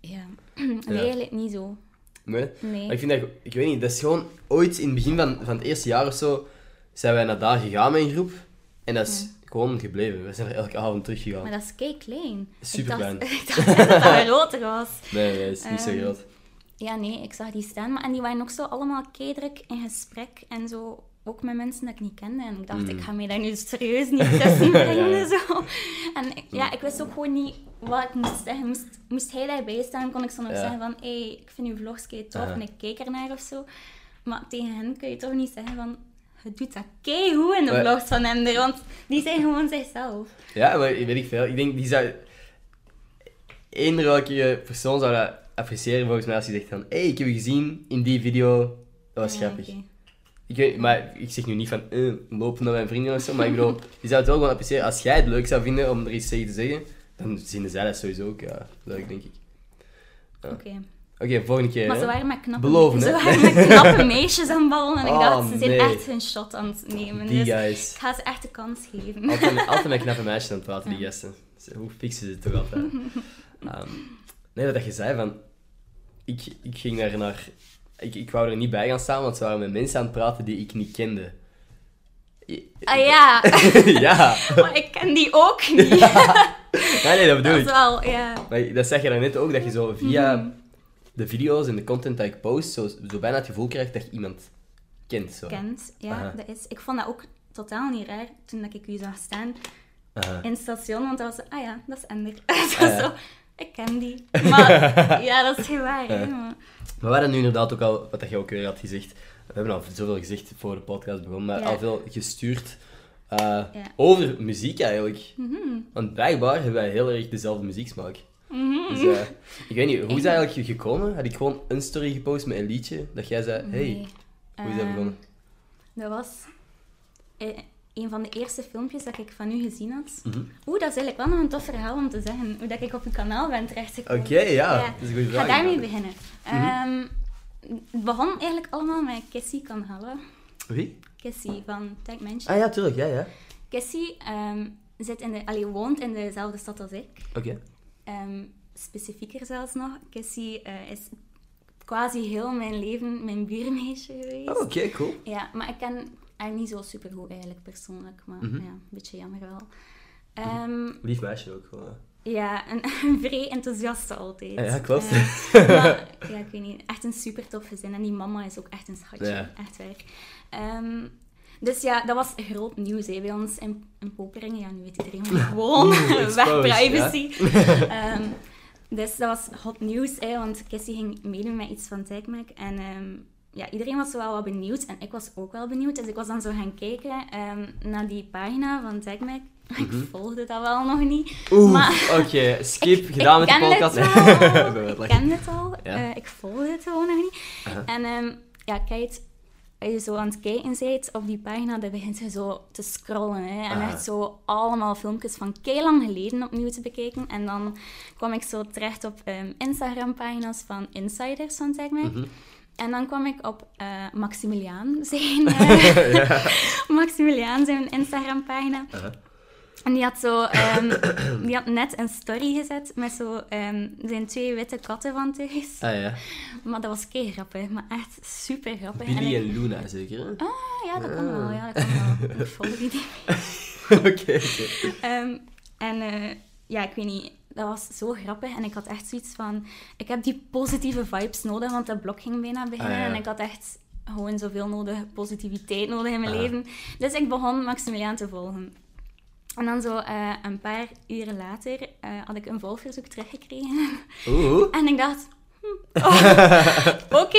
Speaker 2: Ja. <clears throat> Nee, eigenlijk niet zo.
Speaker 1: Nee?
Speaker 2: Nee.
Speaker 1: Maar ik vind dat... Ik weet niet, dat is gewoon... Ooit in het begin van, van het eerste jaar of zo, zijn wij naar daar gegaan met een groep. En dat is gewoon gebleven. We zijn er elke avond teruggegaan.
Speaker 2: Maar dat is kei klein.
Speaker 1: Superklein.
Speaker 2: Ik dacht, <laughs> ik dacht echt dat dat groter was.
Speaker 1: Nee, nee, dat is niet zo
Speaker 2: Ehm,
Speaker 1: groot.
Speaker 2: Ja, nee, ik zag die staan. Maar, en die waren ook zo allemaal keidruk in gesprek en zo. Ook met mensen dat ik niet kende. En ik dacht, ik ga mij daar nu serieus niet
Speaker 1: <laughs>
Speaker 2: tussen brengen.
Speaker 1: Mm. Ja, ja.
Speaker 2: Zo. En ik- ja, ik wist ook gewoon niet wat ik moest zeggen. Moest, moest hij daarbij staan, kon ik zo nog
Speaker 1: Ja.
Speaker 2: zeggen van... Hé, hey, ik vind uw vlogs kei tof
Speaker 1: Aha.
Speaker 2: en ik kijk ernaar of zo. Maar tegen hen kun je toch niet zeggen van... Je doet dat keigoed in de
Speaker 1: Maar-
Speaker 2: vlogs van hen. Want die zijn gewoon zichzelf.
Speaker 1: Ja, maar weet ik veel. Ik denk, die zou... Eender welke persoon zou dat appreciëren volgens mij als je zegt van... Hé, hey, ik heb je gezien in die video. Dat was
Speaker 2: Ja,
Speaker 1: grappig.
Speaker 2: Ah, oké.
Speaker 1: Ik weet, maar ik zeg nu niet van eh, loop naar mijn vrienden of zo, maar ik bedoel,
Speaker 2: <laughs>
Speaker 1: je zou het wel gewoon appreciëren. Als jij het leuk zou vinden om er iets tegen te zeggen, dan vinden zij dat sowieso ook ja, leuk, denk ik. Ja.
Speaker 2: Oké.
Speaker 1: Oké, volgende keer.
Speaker 2: Maar ze
Speaker 1: hè.
Speaker 2: waren met knappe,
Speaker 1: Beloven, hè?
Speaker 2: ze waren
Speaker 1: <laughs>
Speaker 2: met knappe meisjes aan ballen en ik
Speaker 1: Oh,
Speaker 2: dacht, ze zijn
Speaker 1: nee.
Speaker 2: echt hun shot aan het nemen.
Speaker 1: Die
Speaker 2: dus
Speaker 1: guys.
Speaker 2: ik ga ze echt de kans geven. <laughs>
Speaker 1: Altijd, altijd met knappe meisjes aan het praten, die gasten. Ze- Hoe fixen ze het toch
Speaker 2: <laughs>
Speaker 1: altijd? Ehm, nee, wat dat je zei van... Ik, ik ging daar naar... Ik, ik wou er niet bij gaan staan, want ze waren met mensen aan het praten die ik niet kende. I- <laughs>
Speaker 2: Ah ja,
Speaker 1: ja.
Speaker 2: maar ik ken die
Speaker 1: <laughs>
Speaker 2: ook niet.
Speaker 1: Nee, nee, dat bedoel
Speaker 2: Dat
Speaker 1: ik.
Speaker 2: is wel, Mhm. ja.
Speaker 1: Maar dat zeg je daarnet ook, dat je zo via de video's en de content dat ik post, zo, zo bijna het gevoel krijgt dat je iemand kent. Zo.
Speaker 2: Kent, ja,
Speaker 1: Aha.
Speaker 2: dat is. Ik vond dat ook totaal niet raar toen dat ik u zag staan
Speaker 1: Aha.
Speaker 2: in het station, want dat was, ah ja, dat is Ender. <laughs> Zo,
Speaker 1: Ah, ja.
Speaker 2: zo, ik ken die.
Speaker 1: <laughs>
Speaker 2: Maar ja, dat is heel waar, hè,
Speaker 1: Ja.
Speaker 2: maar-
Speaker 1: Maar we hadden nu inderdaad ook al, wat dat je ook weer had gezegd, we hebben al zoveel gezegd voor de podcast begon, maar
Speaker 2: Ja.
Speaker 1: al veel gestuurd eh,
Speaker 2: Ja. Mhm.
Speaker 1: over muziek eigenlijk. Want blijkbaar hebben wij heel erg dezelfde muzieksmaak.
Speaker 2: Mhm.
Speaker 1: Dus eh, ik weet niet, hoe is dat eigenlijk gekomen? Had ik gewoon een story gepost met een liedje, dat jij zei, hey, hoe is dat
Speaker 2: Ehm,
Speaker 1: begonnen?
Speaker 2: Dat was eh, een van de eerste filmpjes dat ik van u gezien had.
Speaker 1: Mhm.
Speaker 2: Oeh, dat is eigenlijk wel nog een tof verhaal om te zeggen. Hoe dat ik op uw kanaal ben terechtgekomen.
Speaker 1: Oké, ja, dat is een goede
Speaker 2: Ik
Speaker 1: vraag. Mhm.
Speaker 2: ga daarmee beginnen. Ehm, het begon eigenlijk allemaal met Cassie kan halen.
Speaker 1: Wie?
Speaker 2: Cassie van Tech Mansion.
Speaker 1: Ah ja, tuurlijk, ja, ja.
Speaker 2: Cassie ehm, zit in de, allee, woont in dezelfde stad als ik.
Speaker 1: Oké.
Speaker 2: Ehm, specifieker zelfs nog. Cassie eh, is quasi heel mijn leven mijn buurmeisje geweest.
Speaker 1: Oh, Oké, cool.
Speaker 2: Ja, maar ik ken haar niet zo super goed eigenlijk persoonlijk, maar ja, een beetje jammer wel. Ehm,
Speaker 1: Lief meisje ook gewoon. hè.
Speaker 2: Ja, en, <laughs> en vrij enthousiast altijd.
Speaker 1: Ah, Ja, klopt. <laughs>
Speaker 2: Eh, maar, ja, ik weet niet. Echt een super tof gezin. En die mama is ook echt een schatje.
Speaker 1: Ja.
Speaker 2: Echt waar. Ehm, dus ja, dat was groot nieuws hè, bij ons in, in Poperingen. Ja, nu weet iedereen hoe ik
Speaker 1: <laughs>
Speaker 2: woon.
Speaker 1: Oeh,
Speaker 2: Weg
Speaker 1: exposed, <laughs>
Speaker 2: privacy. Ehm, dus dat was hot nieuws, hè, want Kissy ging meedoen met iets van Tijkmak. En ehm, ja, iedereen was wel wat benieuwd en ik was ook wel benieuwd. Dus ik was dan zo gaan kijken ehm, naar die pagina van Tijkmak. <laughs> Ik volgde dat wel nog niet.
Speaker 1: Mhm. Oeh,
Speaker 2: Maar-
Speaker 1: oké. Skip, gedaan
Speaker 2: ik
Speaker 1: met de
Speaker 2: ken
Speaker 1: podcast. <laughs>
Speaker 2: Het
Speaker 1: ben
Speaker 2: wel.
Speaker 1: wel
Speaker 2: ik
Speaker 1: lachen.
Speaker 2: ken het al.
Speaker 1: Ja.
Speaker 2: Eh, ik volgde het gewoon nog niet. En ehm, ja, kijk, als je zo aan het kijken bent op die pagina, dan begint je zo te scrollen. Hè, en
Speaker 1: Aha.
Speaker 2: echt zo allemaal filmpjes van kei lang geleden opnieuw te bekijken. En dan kwam ik zo terecht op ehm, Instagram-pagina's van insiders van Zeg mij.
Speaker 1: Mhm.
Speaker 2: En dan kwam ik op eh,
Speaker 1: <laughs>
Speaker 2: Maximiliaan, zijn, eh, <laughs> Maximiliaan, zijn Instagram-pagina.
Speaker 1: Aha.
Speaker 2: En die had, zo, ehm, die had net een story gezet met zo, ehm, zijn twee witte katten van thuis.
Speaker 1: Ah ja.
Speaker 2: Maar dat was kei grappig, maar echt super grappig.
Speaker 1: Billy
Speaker 2: ik-
Speaker 1: en Luna, zeker. hè?
Speaker 2: Ah, ja, dat kan wel, ja, dat kan wel. Ik volg die niet.
Speaker 1: <laughs> Oké, oké.
Speaker 2: Ehm, en eh, ja, ik weet niet, dat was zo grappig. En ik had echt zoiets van, ik heb die positieve vibes nodig, want dat blok ging bijna beginnen.
Speaker 1: Ah, ja.
Speaker 2: En ik had echt gewoon zoveel nodig, positiviteit nodig
Speaker 1: Ah,
Speaker 2: in mijn leven. Dus ik begon Maximiliaan te volgen. En dan zo eh, een paar uren later eh, had ik een volgverzoek teruggekregen. <laughs>
Speaker 1: Oeh.
Speaker 2: En ik dacht, hm,
Speaker 1: <laughs>
Speaker 2: oh, oké.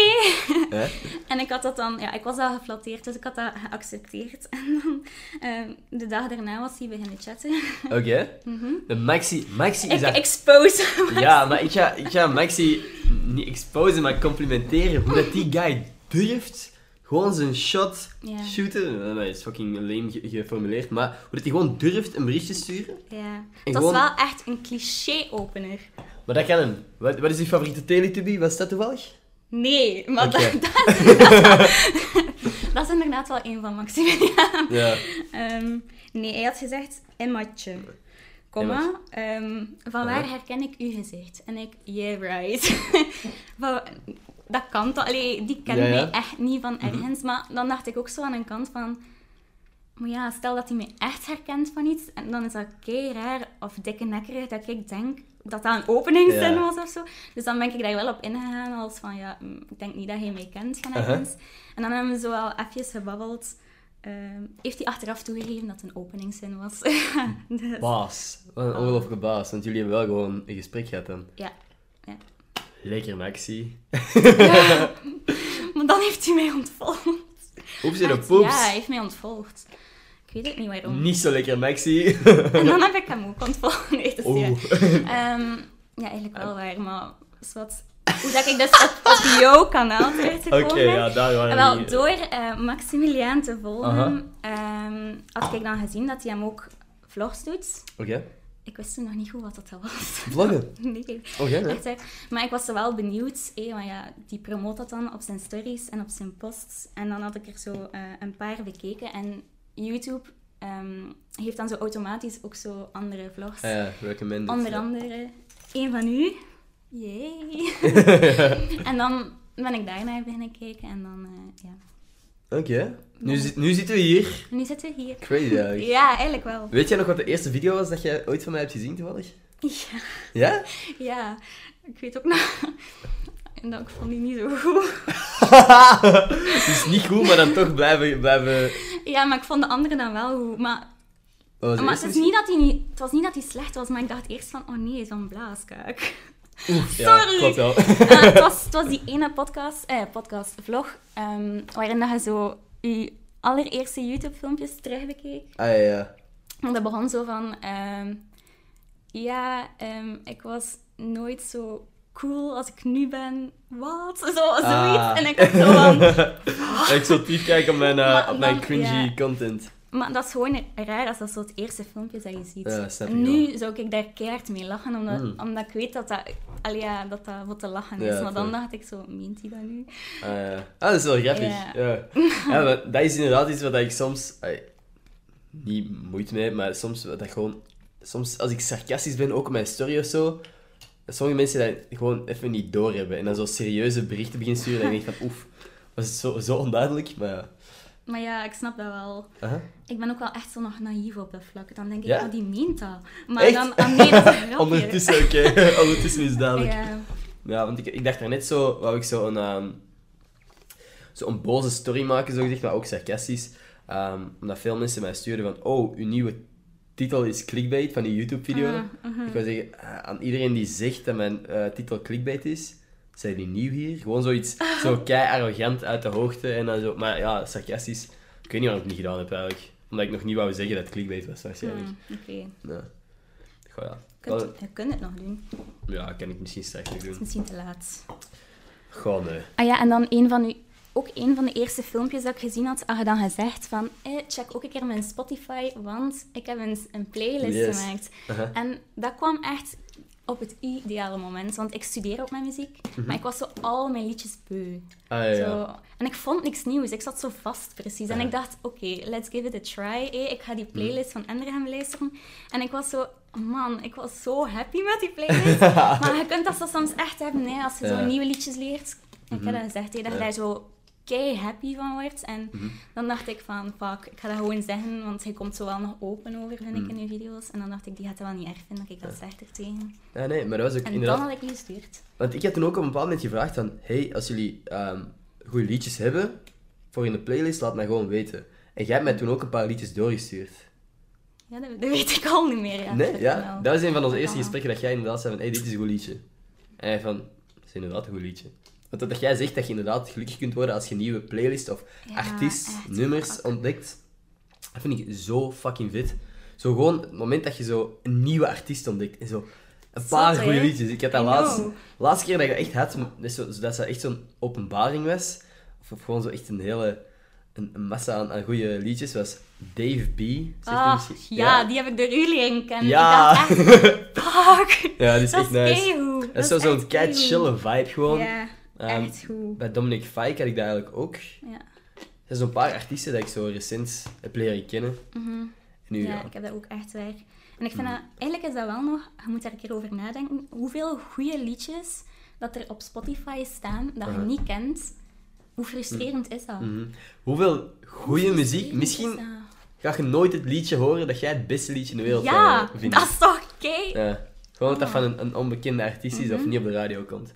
Speaker 2: En ik had dat dan, ja, ik was al geflatteerd, dus ik had dat geaccepteerd. <laughs> En dan, ehm, de dag daarna was hij beginnen chatten.
Speaker 1: Oké. De Maxi, Maxi is
Speaker 2: Mhm. Ik
Speaker 1: daar...
Speaker 2: expose hem.
Speaker 1: Ja, maar ik ga, ik ga Maxi niet exposen, maar complimenteren hoe dat die guy durft gewoon zijn shot
Speaker 2: Ja.
Speaker 1: shooten. Eh, Dat is fucking lame ge- geformuleerd, maar hoe dat hij gewoon durft een berichtje sturen.
Speaker 2: Ja.
Speaker 1: En
Speaker 2: Het
Speaker 1: gewoon-
Speaker 2: was wel echt een cliché-opener.
Speaker 1: Maar dat kan hem. Wat, wat is uw favoriete Teletubby? Was dat toevallig?
Speaker 2: Nee, maar
Speaker 1: Oké.
Speaker 2: dat, <laughs> dat, dat is inderdaad wel een van Maximiliaan.
Speaker 1: Ja.
Speaker 2: <laughs> Ehm, nee, hij had gezegd, Emmatje. Comma, ehm van waar herken ik u gezicht? En ik, yeah right. <laughs> Van- dat kan toch? Allee, die kent
Speaker 1: Ja, Mhm. ja.
Speaker 2: mij echt niet van ergens. Maar dan dacht ik ook zo aan een kant van... Maar ja, stel dat hij mij echt herkent van iets, en dan is dat kei raar of dikke nekkerig dat ik denk dat dat een openingszin
Speaker 1: Ja.
Speaker 2: was of zo. Dus dan ben ik daar wel op ingegaan als van, ja, mm, ik denk niet dat hij mij kent van
Speaker 1: Uh-huh.
Speaker 2: ergens. En dan hebben we zo wel even gebabbeld. Ehm, heeft hij achteraf toegegeven dat het een openingszin was. <laughs> dus,
Speaker 1: Baas. Wat een ongelooflijke baas, want jullie hebben wel gewoon een gesprek gehad dan.
Speaker 2: ja.
Speaker 1: <laughs>
Speaker 2: ja. <laughs>
Speaker 1: Lekker Maxi.
Speaker 2: Maar dan heeft hij mij ontvolgd.
Speaker 1: Oeps, in de
Speaker 2: Echt,
Speaker 1: poeps.
Speaker 2: Ja, hij heeft mij ontvolgd. Ik weet het niet
Speaker 1: <laughs>
Speaker 2: waarom.
Speaker 1: Niet zo lekker Maxi.
Speaker 2: En dan heb ik hem ook ontvolgd. <laughs> Nee, dus ja.
Speaker 1: Oeh.
Speaker 2: <laughs> Ehm, ja, eigenlijk wel waar, maar is wat, hoe dat ik dus op, op jouw kanaal
Speaker 1: <laughs>
Speaker 2: terecht
Speaker 1: Oké,
Speaker 2: gekomen
Speaker 1: ja, daar waren we
Speaker 2: ben? Wel,
Speaker 1: niet.
Speaker 2: door eh, Maximiliaan te
Speaker 1: Aha.
Speaker 2: volgen, ehm, had ik dan gezien dat hij hem ook vlogs doet.
Speaker 1: Oké.
Speaker 2: Ik wist toen nog niet goed wat dat
Speaker 1: <laughs>
Speaker 2: was.
Speaker 1: Vloggen.
Speaker 2: Nee.
Speaker 1: Oké, Oh, hè?
Speaker 2: Echt, hè. maar ik was er wel benieuwd, hè, want ja, die promoot dat dan op zijn stories en op zijn posts. En dan had ik er zo eh, een paar bekeken. En YouTube ehm, heeft dan zo automatisch ook zo andere vlogs.
Speaker 1: Ah Ja, recommended.
Speaker 2: Onder
Speaker 1: ja.
Speaker 2: andere één van u.
Speaker 1: <laughs>
Speaker 2: Yay. en dan ben ik daarnaar beginnen kijken en dan, eh, ja.
Speaker 1: Oké. Nu, zit- nu zitten we hier.
Speaker 2: En nu zitten we hier.
Speaker 1: Crazy eigenlijk.
Speaker 2: Ja, eigenlijk wel.
Speaker 1: Weet jij nog wat de eerste video was dat jij ooit van mij hebt gezien toevallig?
Speaker 2: Ja,
Speaker 1: Ja?
Speaker 2: ja. ik weet ook nog. <laughs> En dat ik vond die niet zo goed.
Speaker 1: <laughs>
Speaker 2: <laughs>
Speaker 1: Het is niet goed, maar dan toch blijven... blijven...
Speaker 2: Ja, maar ik vond de andere dan wel goed. Maar,
Speaker 1: Wat was de
Speaker 2: maar
Speaker 1: eerste
Speaker 2: het, is
Speaker 1: misschien?
Speaker 2: niet dat die niet, het was niet dat die slecht was, maar ik dacht eerst van, oh nee, zo'n blaaskaak. <laughs>
Speaker 1: Ja,
Speaker 2: Sorry.
Speaker 1: klopt wel.
Speaker 2: Eh, het, was, het was die ene podcast, eh, podcast vlog, ehm, waarin dat je zo je allereerste YouTube-filmpjes terugbekeek.
Speaker 1: Ah ja, ja.
Speaker 2: En dat begon zo van... ehm, ja, ehm, ik was nooit zo cool als ik nu ben. Wat? Zo, zoiets.
Speaker 1: Ah.
Speaker 2: En ik had zo van...
Speaker 1: Ik zal diep kijken op mijn, eh,
Speaker 2: Maar
Speaker 1: op mijn
Speaker 2: dan-
Speaker 1: cringy
Speaker 2: ja.
Speaker 1: content.
Speaker 2: Maar dat is gewoon raar als dat zo het eerste filmpje is dat je ziet.
Speaker 1: Ja, snap ik
Speaker 2: En nu zou ik daar keihard mee lachen, omdat,
Speaker 1: Mm.
Speaker 2: omdat ik weet dat dat... Allee, ja, dat dat wat te lachen
Speaker 1: Ja,
Speaker 2: is. maar dan
Speaker 1: tuurlijk.
Speaker 2: dacht ik zo, meent hij dat nu?
Speaker 1: Ah, ja. ah, dat is wel grappig.
Speaker 2: Ja.
Speaker 1: Ja. Ja, maar dat is inderdaad iets wat ik soms... ai, niet moeite mee, heb, maar soms wat dat gewoon... Soms als ik sarcastisch ben, ook op mijn story of zo... dat Sommige mensen dat gewoon even niet doorhebben. En dan zo serieuze berichten beginnen sturen, dan denk ik van... Oef, was het zo, zo onduidelijk? Maar ja,
Speaker 2: Maar ja, ik snap dat wel.
Speaker 1: Aha.
Speaker 2: Ik ben ook wel echt zo nog naïef op dat vlak. Dan denk ik,
Speaker 1: Ja?
Speaker 2: oh, die meent dat. Maar
Speaker 1: Echt?
Speaker 2: dan, ah nee, dat is een grapje.
Speaker 1: <laughs> Ondertussen, oké. Ondertussen is het duidelijk. Ja,
Speaker 2: Ja. hmm,
Speaker 1: want ik, ik dacht daarnet zo, wou ik zo een, ehm, zo een boze story maken, zo gezegd, maar ook sarcastisch. Ehm, omdat veel mensen mij stuurden van, oh, uw nieuwe titel is clickbait van die YouTube-video.
Speaker 2: Ah,
Speaker 1: Ik wil zeggen, eh, aan iedereen die zegt dat mijn eh, titel clickbait is, zijn jullie nieuw hier? Gewoon zoiets,
Speaker 2: <laughs>
Speaker 1: zo kei arrogant uit de hoogte en dan zo, maar ja, sarcastisch. Ik weet niet waarom ik het niet gedaan heb eigenlijk. Omdat ik nog niet wou zeggen dat het clickbait was, waarschijnlijk.
Speaker 2: Hmm, Oké.
Speaker 1: Nee. Goh, ja.
Speaker 2: Je kunt- Je kunt het nog doen.
Speaker 1: Ja, kan ik misschien straks nog
Speaker 2: Het is
Speaker 1: doen.
Speaker 2: misschien te laat.
Speaker 1: Goh, nee.
Speaker 2: Ah ja, en dan een van u, ook een van de eerste filmpjes dat ik gezien had, had je dan gezegd van, eh, check ook een keer mijn Spotify, want ik heb eens een playlist
Speaker 1: Yes.
Speaker 2: gemaakt.
Speaker 1: Aha.
Speaker 2: En dat kwam echt op het ideale moment, want ik studeer ook met muziek,
Speaker 1: Mhm.
Speaker 2: maar ik was zo al mijn liedjes beu.
Speaker 1: Ah, ja, ja.
Speaker 2: Zo. En ik vond niks nieuws, ik zat zo vast precies.
Speaker 1: Ja.
Speaker 2: En
Speaker 1: Mm.
Speaker 2: ik dacht, oké, let's give it a try. eh. Ik ga die playlist van Ender gaan beluisteren. En ik was zo, man, ik was zo happy met die
Speaker 1: <laughs>
Speaker 2: playlist. maar je kunt dat zo soms echt hebben, hè, als je
Speaker 1: Ja. Mhm.
Speaker 2: zo nieuwe liedjes leert. Ik heb dat gezegd, hè, dat je
Speaker 1: Ja. Mhm.
Speaker 2: daar zo kei happy van wordt. En dan dacht ik van, fuck, ik ga dat gewoon zeggen, want hij komt zo wel nog open over, vind
Speaker 1: Mhm.
Speaker 2: ik, in je video's. En dan dacht ik, die gaat het wel niet erg vinden dat ik dat zeg er tegen.
Speaker 1: Ja, nee, maar dat was ook
Speaker 2: En
Speaker 1: inderdaad...
Speaker 2: dan had ik die gestuurd.
Speaker 1: Want ik had toen ook op een bepaald moment gevraagd van... Hey, als jullie ehm goede liedjes hebben voor in de playlist, laat mij gewoon weten. En jij hebt mij toen ook een paar liedjes doorgestuurd.
Speaker 2: Ja, dat, dat weet ik al niet meer. Ja,
Speaker 1: nee, ja?
Speaker 2: wel.
Speaker 1: Dat was een van onze
Speaker 2: Dat
Speaker 1: eerste
Speaker 2: kan wel.
Speaker 1: gesprekken dat jij inderdaad zei van... Hey, dit is een goed liedje. En hij van... Dat is inderdaad een goed liedje. Want dat jij zegt dat je inderdaad gelukkig kunt worden als je nieuwe playlist of
Speaker 2: Ja,
Speaker 1: artiest,
Speaker 2: echt,
Speaker 1: nummers
Speaker 2: fuck.
Speaker 1: ontdekt. Dat vind ik zo fucking vet. Zo gewoon het moment dat je zo een nieuwe artiest ontdekt. En zo een
Speaker 2: Zot,
Speaker 1: paar
Speaker 2: hè?
Speaker 1: goede liedjes. Ik had dat
Speaker 2: I
Speaker 1: laatst,
Speaker 2: know.
Speaker 1: laatste keer dat ik dat echt had, dus zo, dat dat echt zo'n openbaring was. Of, of gewoon zo echt een hele een, een massa aan, aan goede liedjes was Dave B. Zegt hij
Speaker 2: Ah,
Speaker 1: misschien-
Speaker 2: ja, die heb ik door jullie leren kennen.
Speaker 1: Ja.
Speaker 2: Ja. Ik
Speaker 1: <laughs>
Speaker 2: dacht echt, fuck.
Speaker 1: Ja, die is
Speaker 2: dat
Speaker 1: echt nice.
Speaker 2: keigoed.
Speaker 1: Dat is zo- zo'n
Speaker 2: echt
Speaker 1: kei
Speaker 2: keigoed.
Speaker 1: chille vibe gewoon.
Speaker 2: Ja,
Speaker 1: Ehm,
Speaker 2: echt goed.
Speaker 1: Bij Dominic Fike had ik dat eigenlijk ook.
Speaker 2: Ja.
Speaker 1: Er zijn zo'n paar artiesten dat ik zo recent heb leren kennen.
Speaker 2: mhm.
Speaker 1: En nu,
Speaker 2: ja,
Speaker 1: ja. Hmm.
Speaker 2: ik heb dat ook echt waar. En ik vind dat, eigenlijk is dat wel nog, je moet daar een keer over nadenken, hoeveel goede liedjes dat er op Spotify staan dat je
Speaker 1: Aha.
Speaker 2: niet kent. Hoe frustrerend is dat?
Speaker 1: Mhm. Hoeveel goede muziek. Misschien ga je nooit het liedje horen dat jij het beste liedje in de wereld
Speaker 2: Ja,
Speaker 1: zou eh, vinden.
Speaker 2: dat is Oh. toch kei?
Speaker 1: Ja. Gewoon dat dat van een, een onbekende artiest is of niet op de radio komt.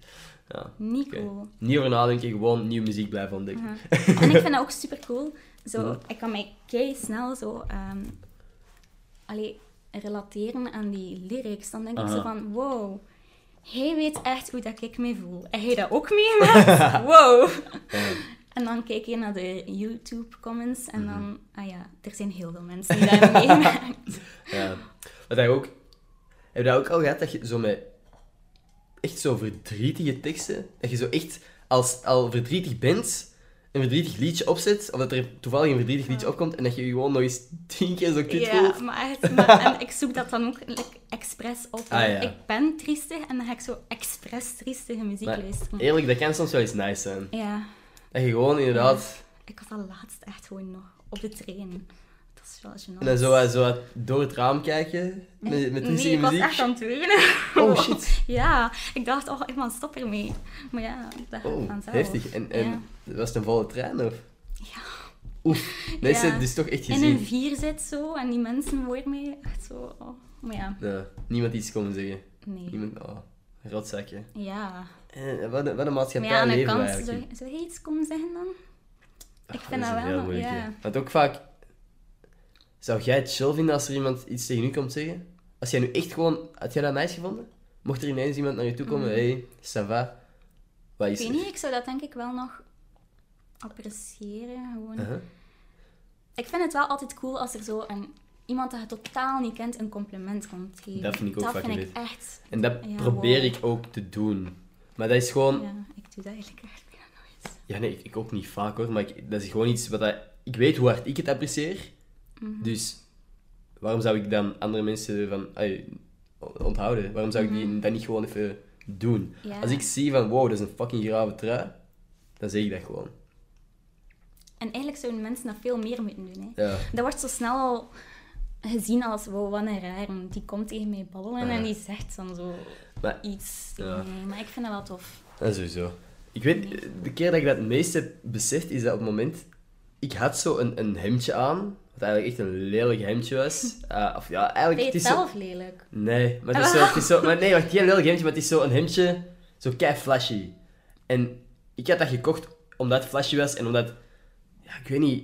Speaker 1: Ja.
Speaker 2: Niet
Speaker 1: oké.
Speaker 2: Mhm. cool. Mhm.
Speaker 1: Niet over nadenken, gewoon nieuwe muziek blijven ontdekken.
Speaker 2: En ik vind dat ook super cool. Zo,
Speaker 1: Ja.
Speaker 2: Ik kan mij kei snel zo ehm, allee, relateren aan die lyrics. Dan denk
Speaker 1: Aha.
Speaker 2: ik zo van: wow, hij weet echt hoe dat ik me voel. En hij dat ook meemaakt.
Speaker 1: <laughs>
Speaker 2: wow. En dan kijk je naar de YouTube-comments en
Speaker 1: Mhm.
Speaker 2: dan, ah ja, er zijn heel veel mensen die dat <laughs> meemaken.
Speaker 1: Ja. Wat ik ook... Heb je dat ook al gehad, dat je zo met... Echt zo verdrietige teksten, dat je zo echt als al verdrietig bent, een verdrietig liedje opzet, of dat er toevallig een verdrietig liedje opkomt, en dat je je gewoon nog eens <laughs> tien keer zo kut voelt.
Speaker 2: Ja, maar, echt, maar- en ik zoek dat dan ook like, expres op.
Speaker 1: Ah, ja.
Speaker 2: Ik ben triestig en dan ga ik zo expres triestige muziek
Speaker 1: Maar e-
Speaker 2: luisteren.
Speaker 1: eerlijk, dat kan soms wel eens nice zijn.
Speaker 2: Ja.
Speaker 1: Dat je gewoon inderdaad...
Speaker 2: Ik had dat laatst echt gewoon nog op de train. Dat is wel gênant.
Speaker 1: En dan zo, wat- zo wat door het raam kijken, met, met
Speaker 2: nee,
Speaker 1: triestige
Speaker 2: ik was
Speaker 1: muziek.
Speaker 2: echt aan het wenen.
Speaker 1: Oh, shit.
Speaker 2: <laughs> Ja, ik dacht, oh, man, stop ermee. Maar ja, dat gaat
Speaker 1: Oh,
Speaker 2: vanzelf.
Speaker 1: heftig. En, en
Speaker 2: Ja.
Speaker 1: was het een volle trein, of?
Speaker 2: Ja.
Speaker 1: Oef, mensen,
Speaker 2: Ja.
Speaker 1: dit is toch echt
Speaker 2: In een
Speaker 1: gezien.
Speaker 2: vier zit zo, en die mensen horen mee. Echt zo, oh. Maar ja,
Speaker 1: Ja, niemand iets komen zeggen.
Speaker 2: nee.
Speaker 1: Iemand, oh, rotzakje.
Speaker 2: Ja.
Speaker 1: Eh, wat, een, wat een
Speaker 2: Maar
Speaker 1: maatschappij
Speaker 2: ja, aan de
Speaker 1: leven we
Speaker 2: kant,
Speaker 1: eigenlijk in.
Speaker 2: zou, zou je iets komen zeggen dan? ik
Speaker 1: Ah,
Speaker 2: vind
Speaker 1: is
Speaker 2: dat
Speaker 1: een
Speaker 2: wel
Speaker 1: heel
Speaker 2: nog-
Speaker 1: moeilijke.
Speaker 2: ja.
Speaker 1: Want ook vaak... Zou jij het chill vinden als er iemand iets tegen u komt zeggen? Als jij nu echt gewoon... Had jij dat nice gevonden? Mocht er ineens iemand naar je toe komen, hey, ça va. Wat
Speaker 2: Mm. Ik
Speaker 1: is er?
Speaker 2: weet niet, ik zou dat denk ik wel nog appreciëren. Gewoon.
Speaker 1: Uh-huh.
Speaker 2: Ik vind het wel altijd cool als er zo een, iemand dat je totaal niet kent een compliment komt geven.
Speaker 1: Dat vind ik ook
Speaker 2: Dat
Speaker 1: fucking
Speaker 2: vind ik
Speaker 1: vet.
Speaker 2: echt...
Speaker 1: En dat
Speaker 2: Ja,
Speaker 1: probeer
Speaker 2: wow.
Speaker 1: ik ook te doen. Maar dat is gewoon... Ja,
Speaker 2: Ja, ik doe dat eigenlijk echt bijna nooit.
Speaker 1: nee, ik, ik ook niet vaak hoor. Maar ik- dat is gewoon iets wat... Dat, ik weet hoe hard ik het apprecieer. Dus waarom zou ik dan andere mensen van... ai, onthouden? Waarom zou ik die, dat niet gewoon even doen?
Speaker 2: Ja.
Speaker 1: Als ik zie van, wow, dat is een fucking grave trui, dan zeg ik dat gewoon.
Speaker 2: En eigenlijk zouden mensen dat veel meer moeten doen. Hè.
Speaker 1: Ja.
Speaker 2: Dat wordt zo snel al gezien als, wow, wat een raar. Die komt tegen mij babbelen en
Speaker 1: Ja.
Speaker 2: die zegt dan zo
Speaker 1: Maar
Speaker 2: iets
Speaker 1: Ja.
Speaker 2: tegen mij. Maar ik vind dat wel tof.
Speaker 1: dat is sowieso. Ik weet, de keer dat ik dat het meest heb beseft, is dat op het moment ik had zo een, een hemdje aan, wat eigenlijk echt een lelijk hemdje was. Eh, of ja,
Speaker 3: Vind je
Speaker 1: eigenlijk... het
Speaker 3: het
Speaker 1: is zo-
Speaker 3: zelf lelijk?
Speaker 1: Nee, maar het is zo...
Speaker 2: <laughs>
Speaker 1: Het is zo maar nee, wacht, geen lelijk hemdje, maar het is zo een hemdje, zo kei flashy. En ik had dat gekocht omdat het flashy was en omdat... Ja, ik weet niet...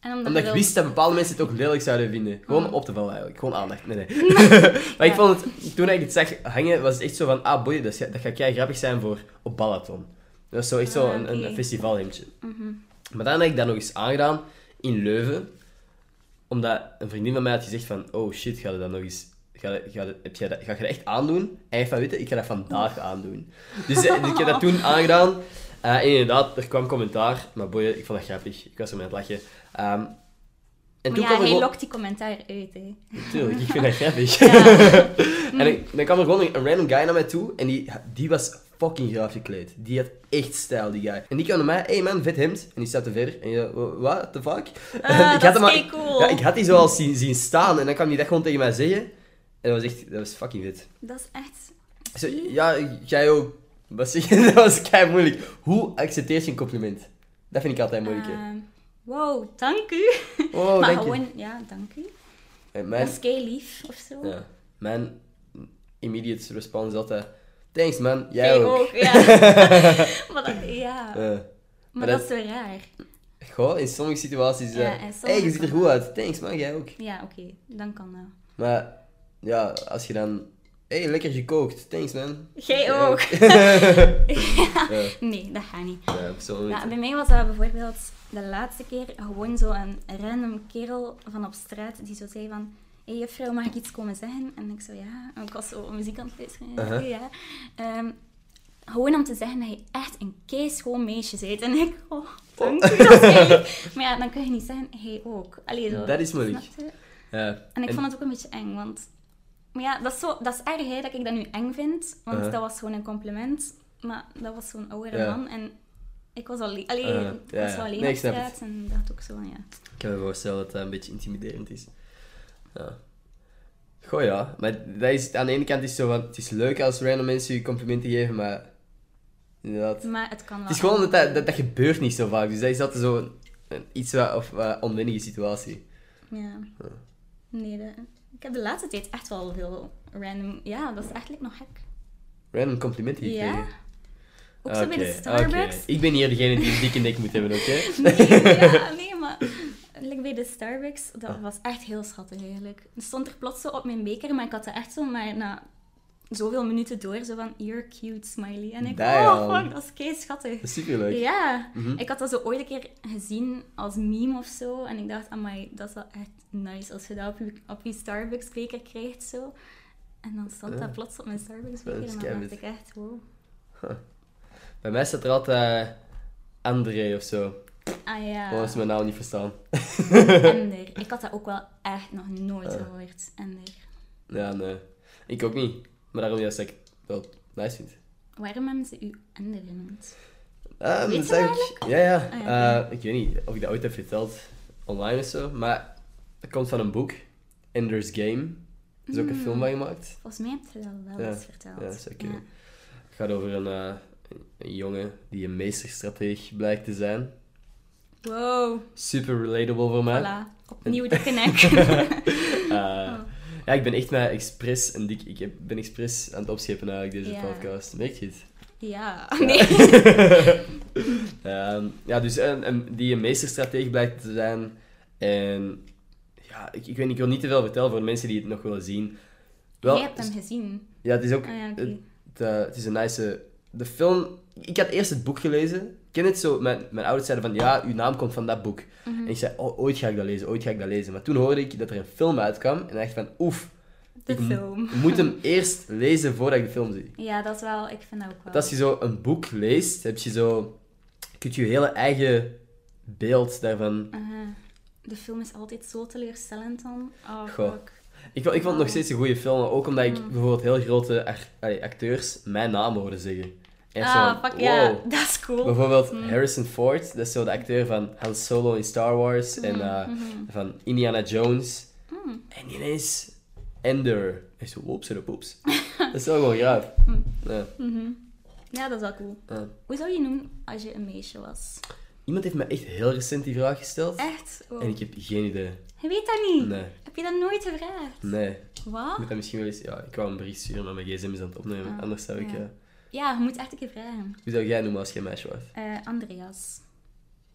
Speaker 2: En omdat,
Speaker 1: Omdat
Speaker 2: je
Speaker 1: ik
Speaker 2: wil- Ah.
Speaker 1: wist dat bepaalde mensen het ook lelijk zouden vinden. Gewoon op te vallen eigenlijk. Gewoon aandacht. Nee,
Speaker 2: <laughs>
Speaker 1: nee. <laughs> maar ik
Speaker 2: Ja.
Speaker 1: vond het... Toen ik dit zag hangen, was het echt zo van... Ah, boy, dat, is- dat gaat kei grappig zijn voor op Balaton. Dat is zo echt zo
Speaker 2: Ah,
Speaker 1: een, een
Speaker 2: oké.
Speaker 1: festivalhemdje.
Speaker 2: Mhm.
Speaker 1: Maar dan heb ik dat nog eens aangedaan in Leuven. Omdat een vriendin van mij had gezegd van... Oh shit, ga je dat nog eens... Ga, je- ga, je- heb jij dat, ga je dat echt aandoen? En ik van, weet je, ik ga dat vandaag aandoen. Dus, eh, dus ik heb dat toen aangedaan. Eh, en inderdaad, er kwam commentaar. Maar boy, ik vond dat grappig. Ik was ermee aan het lachen. Ehm, en
Speaker 2: Maar
Speaker 1: kwam
Speaker 2: ja,
Speaker 1: er
Speaker 2: hij
Speaker 1: gewoon-
Speaker 2: lokt die commentaar uit, hè.
Speaker 1: Tuurlijk, ik vind dat grappig. <laughs>
Speaker 2: Mm.
Speaker 1: en ik- dan kwam er gewoon een random guy naar mij toe en die, die was fucking graaf gekleed. Die had echt stijl, die guy. En die kwam naar mij, hey man, vet hemd. En die stapte verder en je, "Wa- what the fuck? <laughs>
Speaker 2: Ah, dat is
Speaker 1: hem al-
Speaker 2: keicool.
Speaker 1: Ja, ik had die zo al zien, zien staan en dan kwam die dat gewoon tegen mij zeggen. En dat was echt, dat was fucking vet.
Speaker 2: Dat is echt...
Speaker 1: Ik zei, ja, jij ook. Wat zeg je? <laughs> Dat was kei moeilijk. Hoe accepteer je een compliment? Dat vind ik altijd moeilijk. hè.
Speaker 2: ehm, wow, dank u.
Speaker 1: Oh,
Speaker 2: <laughs> maar
Speaker 1: dank je.
Speaker 2: gewoon, ja, dank u.
Speaker 1: Eh, mijn-
Speaker 2: Dat is kei lief, of zo.
Speaker 1: Ja. Mijn immediate response is altijd... Thanks man, jij
Speaker 2: Kei
Speaker 1: ook.
Speaker 2: ja.
Speaker 1: <laughs>
Speaker 2: maar dat, ja.
Speaker 1: Eh,
Speaker 2: maar
Speaker 1: dat-
Speaker 2: dat is zo raar.
Speaker 1: goh, in sommige situaties... eh
Speaker 2: Ja, en sommige-
Speaker 1: hey, je ziet er goed uit. Thanks man, jij ook.
Speaker 2: Ja, oké, dan kan dat.
Speaker 1: Maar ja, als je dan... hey, lekker gekookt. Thanks man.
Speaker 2: Jij
Speaker 1: <laughs>
Speaker 2: ook. <laughs> Nee, dat gaat niet.
Speaker 1: Ja, op zo'n
Speaker 2: Ja,
Speaker 1: moment.
Speaker 2: bij mij was dat bijvoorbeeld de laatste keer gewoon zo'n random kerel van op straat die zo zei van... Hé hey, juffrouw, mag ik iets komen zeggen? En ik zo, ja. En ik was zo muziek aan het luisteren.
Speaker 1: Uh-huh.
Speaker 2: ja. Ehm, gewoon om te zeggen dat je echt een keischoon meisje bent. En ik, oh, dank u, dat is eigenlijk-
Speaker 1: <laughs>
Speaker 2: Maar ja, dan kun je niet zeggen, hij ook. Allee, zo,
Speaker 1: Dat is moeilijk.
Speaker 2: snap je?
Speaker 1: Ja.
Speaker 2: En ik vond het ook een beetje eng, want... Maar ja, dat is, zo, dat is erg hè, dat ik dat nu eng vind. Want
Speaker 1: Uh-huh.
Speaker 2: dat was gewoon een compliment. Maar dat was zo'n oudere
Speaker 1: Ja.
Speaker 2: man. En ik was alleen, alleen,
Speaker 1: Uh-huh.
Speaker 2: ik
Speaker 1: Ja,
Speaker 2: was
Speaker 1: ja.
Speaker 2: wel alleen
Speaker 1: Nee,
Speaker 2: op
Speaker 1: ik snap
Speaker 2: straat. En dacht ook zo van, ja...
Speaker 1: Ik kan me voorstellen dat dat een beetje intimiderend is. Ja. Goh ja, maar dat is, aan de ene kant is het zo van... Het is leuk als random mensen je complimenten geven, maar... Inderdaad.
Speaker 2: Maar het kan wel.
Speaker 1: Het is gewoon dat dat, dat dat gebeurt niet zo vaak. Dus dat is altijd zo een, een iets wat, of, eh, onwinnige situatie.
Speaker 2: Ja.
Speaker 1: Uh.
Speaker 2: Nee, dat- ik heb de laatste tijd echt wel veel random... Ja, dat is eigenlijk nog gek.
Speaker 1: Random complimenten
Speaker 2: Ja?
Speaker 1: gekregen.
Speaker 2: Ook zo bij de
Speaker 1: Oké,
Speaker 2: Starbucks.
Speaker 1: oké. Ik ben hier degene die een dikke nek moet hebben, oké?
Speaker 2: <laughs> Nee,
Speaker 1: <laughs>
Speaker 2: ja, nee, maar like bij de Starbucks,
Speaker 1: Ah.
Speaker 2: dat was echt heel schattig eigenlijk. Het stond er plots zo op mijn beker, maar ik had er echt zo maar na zoveel minuten door, zo van, you're cute, smiley. En ik, oh
Speaker 1: Damn.
Speaker 2: fuck, dat is kei schattig.
Speaker 1: Dat is superleuk. Mhm.
Speaker 2: Ja, ik had dat zo ooit een keer gezien als meme of zo. En ik dacht, amai, dat is wel echt nice als je dat op je, op je Starbucks beker krijgt zo. En dan stond
Speaker 1: Ja.
Speaker 2: dat plots op mijn Starbucks
Speaker 1: Ah. Dat
Speaker 2: beker
Speaker 1: is
Speaker 2: en dan
Speaker 1: kei
Speaker 2: dacht
Speaker 1: wit.
Speaker 2: ik echt, wow.
Speaker 1: Bij mij staat er altijd eh, André of zo.
Speaker 2: Ah ja.
Speaker 1: Gewoon als ze mijn naam niet verstaan.
Speaker 2: Ender. Ik had dat ook wel echt nog nooit
Speaker 1: Ah.
Speaker 2: gehoord. Ender.
Speaker 1: Ja, nee. Ik ook niet. Maar daarom juist dat ik het wel nice vind.
Speaker 2: Waarom hebben ze u Ender genoemd?
Speaker 1: Um,
Speaker 2: Weet je dat eigenlijk?
Speaker 1: Ja, ja.
Speaker 2: Ah, ja.
Speaker 1: Eh, ik weet niet of ik dat ooit heb verteld. Online of zo. Maar het komt van een boek. Ender's Game. Er is ook een film van gemaakt.
Speaker 2: Volgens mij heb je Mm. dat wel
Speaker 1: Ja,
Speaker 2: eens verteld.
Speaker 1: Ja, zou kunnen. Het gaat over een, eh, een jongen die een meesterstratege blijkt te zijn.
Speaker 2: Ja. Wow.
Speaker 1: Super relatable voor mij. <laughs>
Speaker 2: Voilà. Ah. Opnieuw Oh. dikke nek.
Speaker 1: Eh, Ja, ik ben echt mij expres een dik... Ik heb- ben expres aan het opschepen eigenlijk deze
Speaker 2: Ja.
Speaker 1: podcast. Merk je
Speaker 2: <laughs>
Speaker 1: het?
Speaker 2: ja. Nee.
Speaker 1: <laughs> Ehm, ja, dus een, een- die een meesterstratege blijkt te zijn. En ja, ik, ik weet niet, ik wil niet te veel vertellen voor de mensen die het nog willen zien. Wel,
Speaker 2: Jij hebt hem gezien.
Speaker 1: ja, het is ook...
Speaker 2: Ah ja, oké.
Speaker 1: het- Het, eh, het is een nice... De film... Ik had eerst het boek gelezen. Ik ken het zo. Mijn, mijn ouders zeiden van, ja, uw naam komt van dat boek.
Speaker 2: Mhm.
Speaker 1: En ik zei, "O- ooit ga ik dat lezen, ooit ga ik dat lezen. Maar toen hoorde ik dat er een film uitkwam. En dacht ik van, oef.
Speaker 2: De
Speaker 1: ik m-
Speaker 2: film.
Speaker 1: moet
Speaker 2: <laughs>
Speaker 1: hem eerst lezen voordat ik de film zie.
Speaker 2: Ja, dat is wel... Ik vind dat ook wel.
Speaker 1: Want als je zo een boek leest, heb je zo... Kun je je hele eigen beeld daarvan...
Speaker 2: Aha. De film is altijd zo teleurstellend dan. Oh,
Speaker 1: Goh.
Speaker 2: fuck.
Speaker 1: Ik, vond- ik vond het
Speaker 2: Ah.
Speaker 1: nog steeds een goede film. maar Ook omdat ik
Speaker 2: Mhm.
Speaker 1: bijvoorbeeld heel grote ar- allee, acteurs mijn naam hoorde zeggen. Echt zo
Speaker 2: Ah,
Speaker 1: van,
Speaker 2: fuck ja.
Speaker 1: wow.
Speaker 2: Dat is cool.
Speaker 1: Bijvoorbeeld
Speaker 2: Mm.
Speaker 1: Harrison Ford, dat is zo de acteur van Han Solo in Star Wars
Speaker 2: Mhm. Mm.
Speaker 1: en eh,
Speaker 2: Mm-hmm.
Speaker 1: van Indiana Jones. En ineens Ender. Hij zo, whoops en poeps. dat is wel gewoon graaf. Ja.
Speaker 2: Mm. Mhm. Ja, dat is wel cool.
Speaker 1: Ja. eh.
Speaker 2: Hoe zou je noemen als je een meisje was?
Speaker 1: Iemand heeft me echt heel recent die vraag gesteld.
Speaker 2: Echt? Oh.
Speaker 1: En ik heb geen idee.
Speaker 2: Je weet dat niet?
Speaker 1: Nee.
Speaker 2: Heb je dat nooit gevraagd?
Speaker 1: Nee. Ik
Speaker 2: Wat?
Speaker 1: moet dat misschien wel eens... Ja, ik wou een bericht sturen, maar mijn gsm is aan het opnemen.
Speaker 2: Ah,
Speaker 1: Anders zou ik...
Speaker 2: ja.
Speaker 1: eh,
Speaker 2: Ja, je moet echt een keer vragen.
Speaker 1: Hoe zou jij noemen als jij meisje was?
Speaker 2: Eh, Andreas.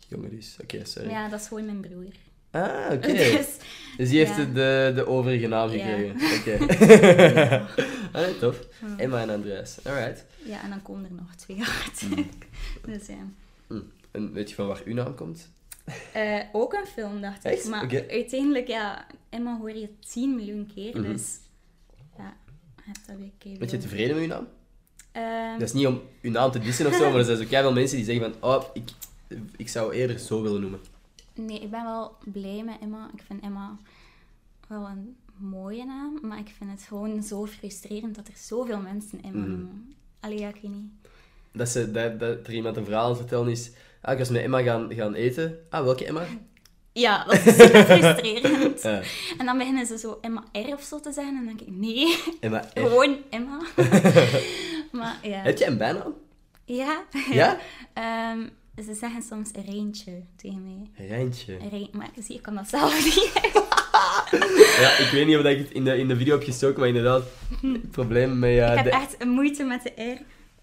Speaker 1: Jongen dus. Oké, sorry.
Speaker 2: Ja, dat is gewoon mijn broer.
Speaker 1: Ah,
Speaker 2: <laughs>
Speaker 1: oké.
Speaker 2: Dus,
Speaker 1: Dus die heeft
Speaker 2: Ja.
Speaker 1: de, de overige naam
Speaker 2: Ja.
Speaker 1: gekregen. Oké.
Speaker 2: <laughs>
Speaker 1: <laughs> ah, nee, tof. Emma en Mm. Andreas. Alright.
Speaker 2: ja, en dan komen er nog twee uit. dus ja.
Speaker 1: Hm. En weet je van waar uw naam komt?
Speaker 2: Eh, ook een film, dacht ik.
Speaker 1: Echt?
Speaker 2: Maar
Speaker 1: Oké.
Speaker 2: uiteindelijk, ja, Emma hoor je 10 miljoen keer.
Speaker 1: Mhm.
Speaker 2: Dus ja, je hebt dat weer keer.
Speaker 1: Ben je tevreden met uw naam?
Speaker 2: Ehm,
Speaker 1: Dat is niet om uw naam te dissen of zo, maar er zijn zo keiveel mensen die zeggen van... Oh, ik, ik zou eerder zo willen noemen.
Speaker 2: Nee, ik ben wel blij met Emma. Ik vind Emma wel een mooie naam, maar ik vind het gewoon zo frustrerend dat er zoveel mensen Emma
Speaker 1: Mhm.
Speaker 2: noemen. Allee, ja, ik weet niet.
Speaker 1: Dat, ze, dat, dat er iemand een verhaal aan het vertellen is. Ah, ik was met Emma gaan, gaan eten. Ah, welke Emma?
Speaker 2: Ja, <laughs> dat is super
Speaker 1: <laughs>
Speaker 2: frustrerend.
Speaker 1: Eh,
Speaker 2: En dan beginnen ze zo Emma R of zo te zeggen en dan denk ik, nee,
Speaker 1: Emma R.
Speaker 2: <laughs> gewoon Emma. <laughs> maar ja.
Speaker 1: <laughs> Heb jij een bijnaam?
Speaker 2: Ja?
Speaker 1: Ja?
Speaker 2: <laughs> Ehm, ze zeggen soms Reentje tegen mij.
Speaker 1: Rijntje.
Speaker 2: Reent, maar zie, ik kan dat zelf <laughs> niet.
Speaker 1: Ja, ik weet niet of dat ik het in de, in de video heb gestoken, maar inderdaad, problemen met... eh,
Speaker 2: ik heb
Speaker 1: de-
Speaker 2: echt moeite met de R.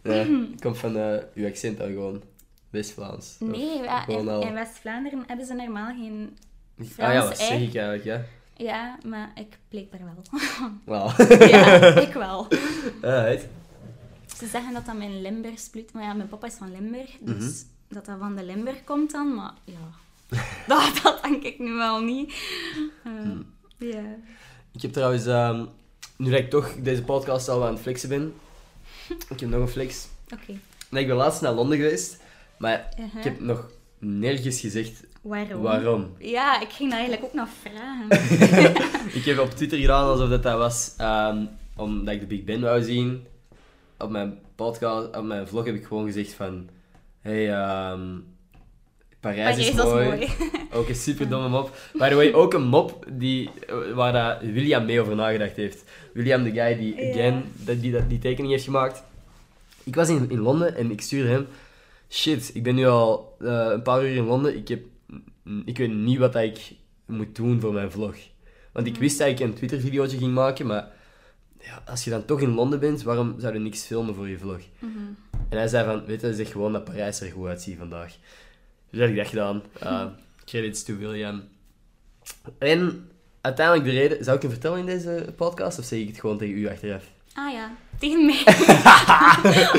Speaker 1: Ja, het komt van eh, uw accent al gewoon. West-Vlaams. Of
Speaker 2: Nee, ja,
Speaker 1: gewoon
Speaker 2: in,
Speaker 1: al-
Speaker 2: in West-Vlaanderen hebben ze normaal geen Frans
Speaker 1: Ah ja, wat zeg
Speaker 2: R.
Speaker 1: ik eigenlijk, ja?
Speaker 2: Ja, maar ik blijkbaar wel.
Speaker 1: <laughs> Wauw. <laughs>
Speaker 2: ja, ik wel.
Speaker 1: Alright.
Speaker 2: Ze zeggen dat dat mijn Limburgs bloed... Maar ja, mijn papa is van Limburg, dus
Speaker 1: Mhm.
Speaker 2: dat dat van de Limburg komt dan. Maar ja, <laughs> dat, dat denk ik nu wel niet. Eh,
Speaker 1: Hmm.
Speaker 2: Ja.
Speaker 1: Ik heb trouwens, ehm, nu dat ik toch deze podcast al aan het flexen ben, ik heb nog een flex.
Speaker 2: Oké.
Speaker 1: Nee, ik ben laatst naar Londen geweest, maar
Speaker 2: Uh-huh. Oh.
Speaker 1: ik heb nog nergens gezegd
Speaker 2: Waarom?
Speaker 1: waarom.
Speaker 2: Ja, ik ging daar eigenlijk ook nog vragen.
Speaker 1: Ik heb op Twitter gedaan alsof dat, dat was ehm, omdat ik de Big Ben wou zien. Op mijn podcast, op mijn vlog heb ik gewoon gezegd van... Hey, ehm, Parijs,
Speaker 2: Parijs
Speaker 1: is
Speaker 2: was
Speaker 1: mooi.
Speaker 2: mooi. <laughs>
Speaker 1: <laughs> Ook een superdomme mop. By the way, ook een mop die, eh, waar dat William mee over nagedacht heeft. William, de guy die,
Speaker 2: Ja.
Speaker 1: again, dat, die, dat, die tekening heeft gemaakt. Ik was in, in Londen en ik stuurde hem... Shit, ik ben nu al eh, een paar uur in Londen. Ik, heb, mm, ik weet niet wat dat ik moet doen voor mijn vlog. Want ik wist dat ik een Twitter-videootje ging maken, maar... Ja, als je dan toch in Londen bent, waarom zou je niks filmen voor je vlog?
Speaker 2: Mhm.
Speaker 1: En hij zei van, weet je, zeg gewoon dat Parijs er goed uitziet vandaag. Dus dat heb ik dat gedaan. Eh, credits to William. En uiteindelijk de reden... Zou ik hem vertellen in deze podcast, of zeg ik het gewoon tegen u achteraf?
Speaker 2: Ah ja,
Speaker 1: <laughs>
Speaker 2: tegen mij.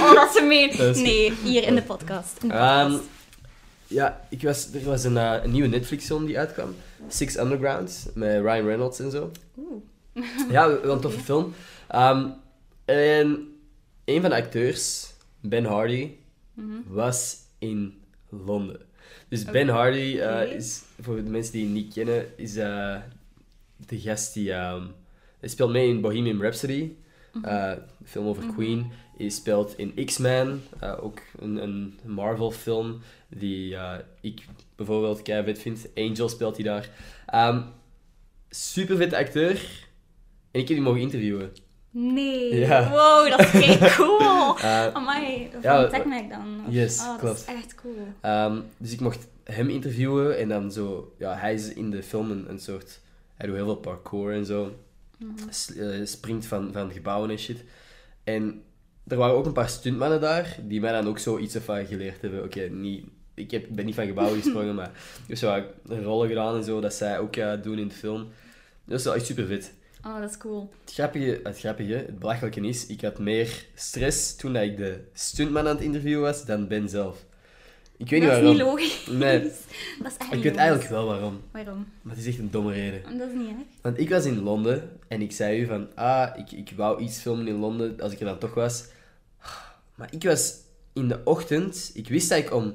Speaker 2: oh, dat ze
Speaker 1: Dat
Speaker 2: meen.
Speaker 1: is-
Speaker 2: Nee, hier in de podcast. In de
Speaker 1: Ehm,
Speaker 2: podcast.
Speaker 1: ja, ik was, er was een, eh, een nieuwe Netflix-film die uitkwam. Six Undergrounds, met Ryan Reynolds en zo.
Speaker 2: Oeh.
Speaker 1: Ja, wel een toffe film. Ehm, en een van de acteurs, Ben Hardy, was in Londen. Dus Ben Hardy eh,
Speaker 2: Oké.
Speaker 1: is, voor de mensen die hem niet kennen, is eh, de gast die... ehm, hij speelt mee in Bohemian Rhapsody, eh, een film over Queen. Hij speelt in X-Men, eh, ook een, een Marvel-film die eh, ik bijvoorbeeld keihard vind. Angel speelt hij daar. super vette acteur. En ik heb die mogen interviewen.
Speaker 2: Nee.
Speaker 1: Ja.
Speaker 2: Wow, dat is
Speaker 1: <laughs>
Speaker 2: kei cool.
Speaker 1: Eh,
Speaker 2: Amai, van
Speaker 1: Ja,
Speaker 2: TechMac dan? Of-
Speaker 1: yes,
Speaker 2: oh, Dat
Speaker 1: klopt.
Speaker 2: is echt cool.
Speaker 1: Ehm, dus ik mocht hem interviewen en dan zo, ja, hij is in de film een, een soort, hij doet heel veel parkour en zo,
Speaker 2: Mhm.
Speaker 1: S- eh, springt van, van gebouwen en shit. En er waren ook een paar stuntmannen daar, die mij dan ook zo iets van geleerd hebben. Oké, niet, ik heb, ben niet van
Speaker 2: <laughs>
Speaker 1: gebouwen gesprongen, maar ik heb zo wat rollen gedaan en zo, dat zij ook eh, doen in de film. Dat is wel echt super vet.
Speaker 2: Oh, dat is cool.
Speaker 1: Het grappige, het grappige, het belachelijke is, ik had meer stress toen dat ik de stuntman aan het interviewen was dan Ben zelf. Ik weet niet
Speaker 2: dat is
Speaker 1: waarom.
Speaker 2: niet logisch.
Speaker 1: Nee.
Speaker 2: <laughs> Dat is
Speaker 1: Ik
Speaker 2: echt niet
Speaker 1: weet
Speaker 2: logisch.
Speaker 1: eigenlijk wel waarom,
Speaker 2: Waarom?
Speaker 1: maar het is echt een domme reden.
Speaker 2: Dat is niet erg.
Speaker 1: Want ik was in Londen en ik zei u van, ah, ik, ik wou iets filmen in Londen als ik er dan toch was. Maar ik was in de ochtend, ik wist dat ik om,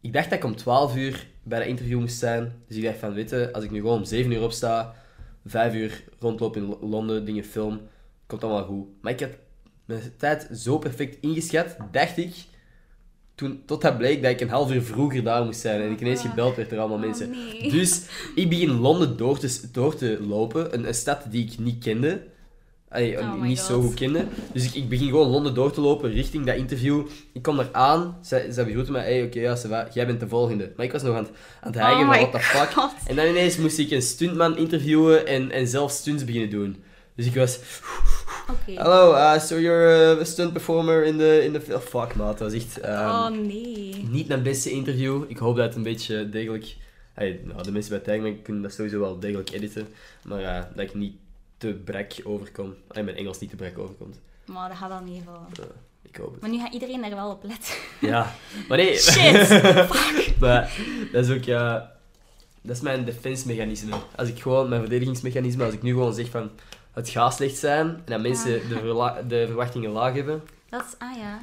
Speaker 1: ik dacht dat ik om 12 uur bij dat interview moest zijn. Dus ik dacht van, weet je, als ik nu gewoon om 7 uur opsta, 5 uur rondloop in Lo- Londen, dingen film, komt allemaal goed. Maar ik had mijn tijd zo perfect ingeschat, dacht ik, toen, tot dat bleek dat ik een half uur vroeger daar moest zijn. En ik ineens gebeld werd door allemaal
Speaker 2: Oh,
Speaker 1: mensen.
Speaker 2: nee.
Speaker 1: Dus ik begin Londen door te, door te lopen, een, een stad die ik niet kende. Ehm, Allee,
Speaker 2: Oh my
Speaker 1: niet zo
Speaker 2: God.
Speaker 1: goed kende. Dus ik, ik begin gewoon Londen door te lopen richting dat interview. Ik kom daar aan. Zij, zij begroeten mij. Hey, oké, ja, ça va, jij bent de volgende. Maar ik was nog aan het, aan het hijgen
Speaker 2: Oh
Speaker 1: van
Speaker 2: my
Speaker 1: what the fuck.
Speaker 2: God.
Speaker 1: En dan ineens moest ik een stuntman interviewen en, en zelf stunts beginnen doen. Dus ik was...
Speaker 2: Oké.
Speaker 1: Hallo, uh, so you're a stunt performer in the... In the fil-" fuck, maat. Dat was echt... ehm,
Speaker 2: oh nee.
Speaker 1: niet mijn beste interview. Ik hoop dat het een beetje degelijk. Hey, nou, de mensen bij Tijgman kunnen dat sowieso wel degelijk editen. Maar eh, dat ik niet te brek overkom. En mijn Engels niet te brek overkomt.
Speaker 2: Maar dat gaat wel niet vallen.
Speaker 1: Ik hoop het.
Speaker 2: Maar nu gaat iedereen daar wel op letten. <laughs>
Speaker 1: Ja, maar nee. <laughs>
Speaker 2: Shit!
Speaker 1: maar dat is ook. ja, dat is mijn defense mechanisme. Als ik gewoon mijn verdedigingsmechanisme, als ik nu gewoon zeg van. Het gaat slecht zijn en dat mensen de, verla- de verwachtingen laag hebben.
Speaker 2: Dat is, ah
Speaker 1: <laughs>
Speaker 2: ja.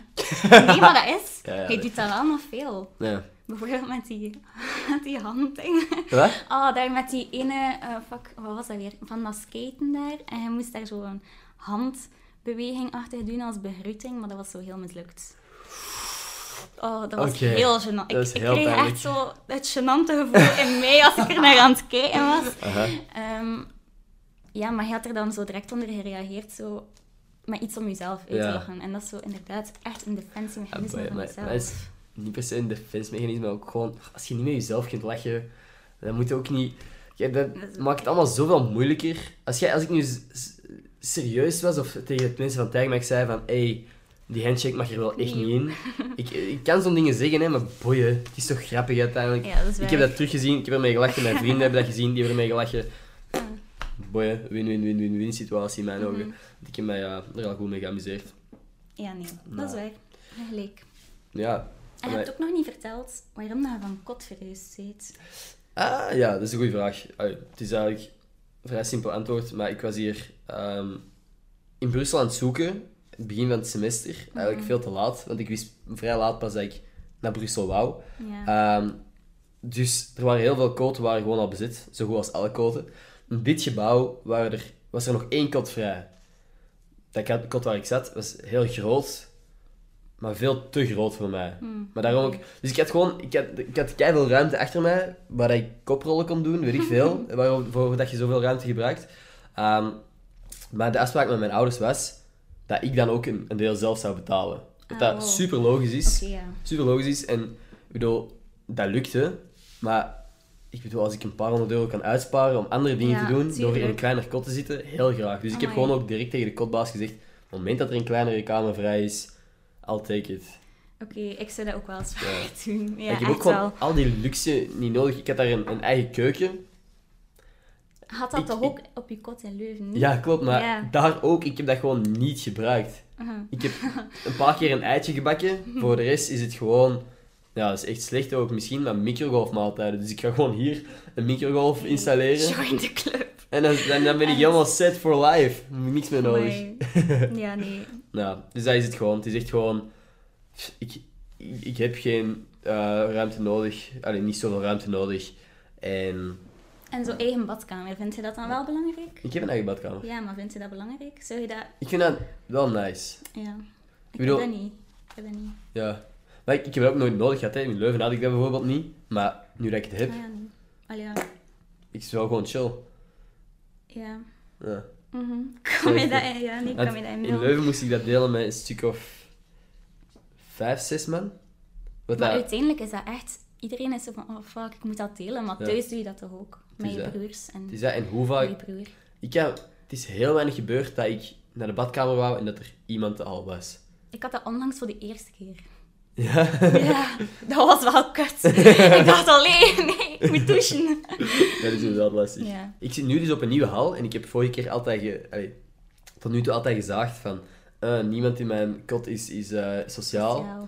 Speaker 2: Nee, maar dat is.
Speaker 1: Ja, ja,
Speaker 2: Hij
Speaker 1: dat-
Speaker 2: doet dat wel nog veel.
Speaker 1: Nee.
Speaker 2: Bijvoorbeeld met die, <laughs> met die handding.
Speaker 1: Wat?
Speaker 2: Oh, daar met die ene, eh, fuck, wat was dat weer? Van dat skaten daar. En hij moest daar zo'n handbeweging achter doen als begroeting, maar dat was zo heel mislukt. Oh, dat was
Speaker 1: Oké,
Speaker 2: heel gênant. Ik,
Speaker 1: dat is
Speaker 2: ik
Speaker 1: heel
Speaker 2: kreeg
Speaker 1: pijnlijk.
Speaker 2: echt zo het gênante gevoel in mij als ik er naar aan het kijken was.
Speaker 1: Aha.
Speaker 2: Ehm, ja, maar hij had er dan zo direct onder gereageerd, zo met iets om jezelf uit
Speaker 1: Ja.
Speaker 2: te lachen. En dat is zo inderdaad echt een
Speaker 1: Ja,
Speaker 2: defensiemechanisme
Speaker 1: maar,
Speaker 2: van
Speaker 1: maar,
Speaker 2: jezelf.
Speaker 1: maar het is niet per se een defensiemechanisme, maar ook gewoon als je niet met jezelf kunt lachen, dan moet je ook niet. Ja, dat
Speaker 2: Dat is-
Speaker 1: maakt het allemaal zoveel moeilijker. Als, jij, als ik nu s- s- serieus was of tegen het mensen van Tijgmaak zei van hey, die handshake mag er wel echt niet in.
Speaker 2: <laughs>
Speaker 1: Ik, ik kan zo'n dingen zeggen, hè, maar boeien, het is toch grappig uiteindelijk.
Speaker 2: Ja, dat is
Speaker 1: ik
Speaker 2: waar.
Speaker 1: heb dat teruggezien, ik heb ermee gelachen, mijn vrienden hebben dat gezien, die hebben ermee gelachen.
Speaker 2: Ja.
Speaker 1: Boeien, win-win-win-win-win situatie in mijn
Speaker 2: Mhm.
Speaker 1: ogen. Want Ik heb mij ja, er al goed mee geamuseerd.
Speaker 2: Ja, nee, dat
Speaker 1: Nou.
Speaker 2: is waar. Gelijk.
Speaker 1: Ja.
Speaker 2: En je
Speaker 1: maar-
Speaker 2: hebt ook nog niet verteld waarom dat je van kot verhuisd bent.
Speaker 1: Ah, ja, dat is een goede vraag. Allee, het is eigenlijk een vrij simpel antwoord, maar ik was hier ehm, in Brussel aan het zoeken, het begin van het semester, eigenlijk veel te laat, want ik wist vrij laat pas dat ik naar Brussel wou.
Speaker 2: Ja.
Speaker 1: Ehm, dus er waren heel veel koten waren gewoon al bezit, zo goed als alle koten. In dit gebouw waren er, was er nog één kot vrij. Dat ka- kot waar ik zat was heel groot, maar veel te groot voor mij.
Speaker 2: Hmm.
Speaker 1: Maar daarom ook... Dus ik had gewoon... Ik had, ik had keiveel ruimte achter mij, waar ik koprollen kon doen, weet ik
Speaker 2: <laughs>
Speaker 1: veel. Waarvoor dat je zoveel ruimte gebruikt. Ehm, maar de afspraak met mijn ouders was dat ik dan ook een, een deel zelf zou betalen. Wat
Speaker 2: Ah,
Speaker 1: dat
Speaker 2: wow.
Speaker 1: super logisch is
Speaker 2: Oké, ja.
Speaker 1: super logisch is. En ik bedoel, dat lukte. Maar ik bedoel, als ik een paar honderd euro kan uitsparen om andere dingen
Speaker 2: Ja,
Speaker 1: te doen, door in een
Speaker 2: tuurlijk.
Speaker 1: kleiner kot te zitten, heel graag. Dus ik heb
Speaker 2: Amai.
Speaker 1: gewoon ook direct tegen de kotbaas gezegd, op het moment dat er een kleinere kamer vrij is, I'll take it.
Speaker 2: Oké, ik zou dat ook wel eens
Speaker 1: Ja.
Speaker 2: <laughs> doen. Ja,
Speaker 1: ik heb
Speaker 2: echt
Speaker 1: ook gewoon
Speaker 2: wel.
Speaker 1: al die luxe niet nodig. Ik had daar een, een eigen keuken.
Speaker 2: Had dat
Speaker 1: ik-
Speaker 2: toch ook op je kot in Leuven, niet?
Speaker 1: Ja, klopt. Maar
Speaker 2: Ja.
Speaker 1: daar ook, ik heb dat gewoon niet gebruikt.
Speaker 2: Uh-huh.
Speaker 1: Ik
Speaker 2: <laughs>
Speaker 1: heb een paar keer een eitje gebakken. Voor de rest is het gewoon... Ja, dat is echt slecht ook misschien, maar microgolfmaaltijden. Dus ik ga gewoon hier een
Speaker 2: <laughs>
Speaker 1: microgolf installeren.
Speaker 2: Join the
Speaker 1: <laughs>
Speaker 2: club.
Speaker 1: En dan, dan, dan ben ik
Speaker 2: <laughs> Echt.
Speaker 1: helemaal set for life. Moet ik Niks meer nodig. <laughs>
Speaker 2: Maar- Ja, nee.
Speaker 1: Nou, dus dat is het gewoon. Het is echt gewoon... Ik, ik, ik heb geen eh, ruimte nodig. Alleen niet zoveel ruimte nodig. En
Speaker 2: En zo eigen badkamer, vind je dat dan wel belangrijk?
Speaker 1: ik heb een eigen badkamer.
Speaker 2: Ja, maar vind je dat belangrijk? Zou je dat...
Speaker 1: Ik vind dat wel nice.
Speaker 2: Ja. Ik
Speaker 1: bedoel-
Speaker 2: heb dat niet. Ik heb dat niet.
Speaker 1: Ja. Maar ik, ik heb dat ook nooit nodig gehad. Hè. In Leuven had ik dat bijvoorbeeld niet. Maar nu dat ik het heb,
Speaker 2: Ah, ja, nee. Allee, ja.
Speaker 1: ik is wel gewoon chill.
Speaker 2: Ja.
Speaker 1: Ja.
Speaker 2: Mhm. Kan je
Speaker 1: Zeker.
Speaker 2: dat... Ja, nee, kan
Speaker 1: Want
Speaker 2: je dat
Speaker 1: in
Speaker 2: inbeelden.
Speaker 1: Leuven moest ik dat delen met een stuk of vijf, zes man. Wat
Speaker 2: Maar
Speaker 1: dat...
Speaker 2: uiteindelijk is dat echt... Iedereen is zo van, oh fuck, ik moet dat delen. Maar
Speaker 1: Ja.
Speaker 2: thuis doe je dat toch ook? Met
Speaker 1: is
Speaker 2: je
Speaker 1: dat.
Speaker 2: broers en
Speaker 1: Het is dat en hoe
Speaker 2: je
Speaker 1: vaak...
Speaker 2: broer.
Speaker 1: Ik heb... Het is heel weinig gebeurd dat ik naar de badkamer wou en dat er iemand al was. <laughs>
Speaker 2: Ik had dat onlangs voor de eerste keer.
Speaker 1: Ja.
Speaker 2: Ja, dat was
Speaker 1: <laughs>
Speaker 2: wel kut. ik dacht alleen, <laughs> nee, ik moet douchen.
Speaker 1: Dat is inderdaad lastig.
Speaker 2: Ja.
Speaker 1: Ik zit nu dus op een nieuwe hal en ik heb vorige keer altijd, ge, allee, tot nu toe altijd gezaagd van eh, niemand in mijn kot is, is eh, sociaal.
Speaker 2: Ja.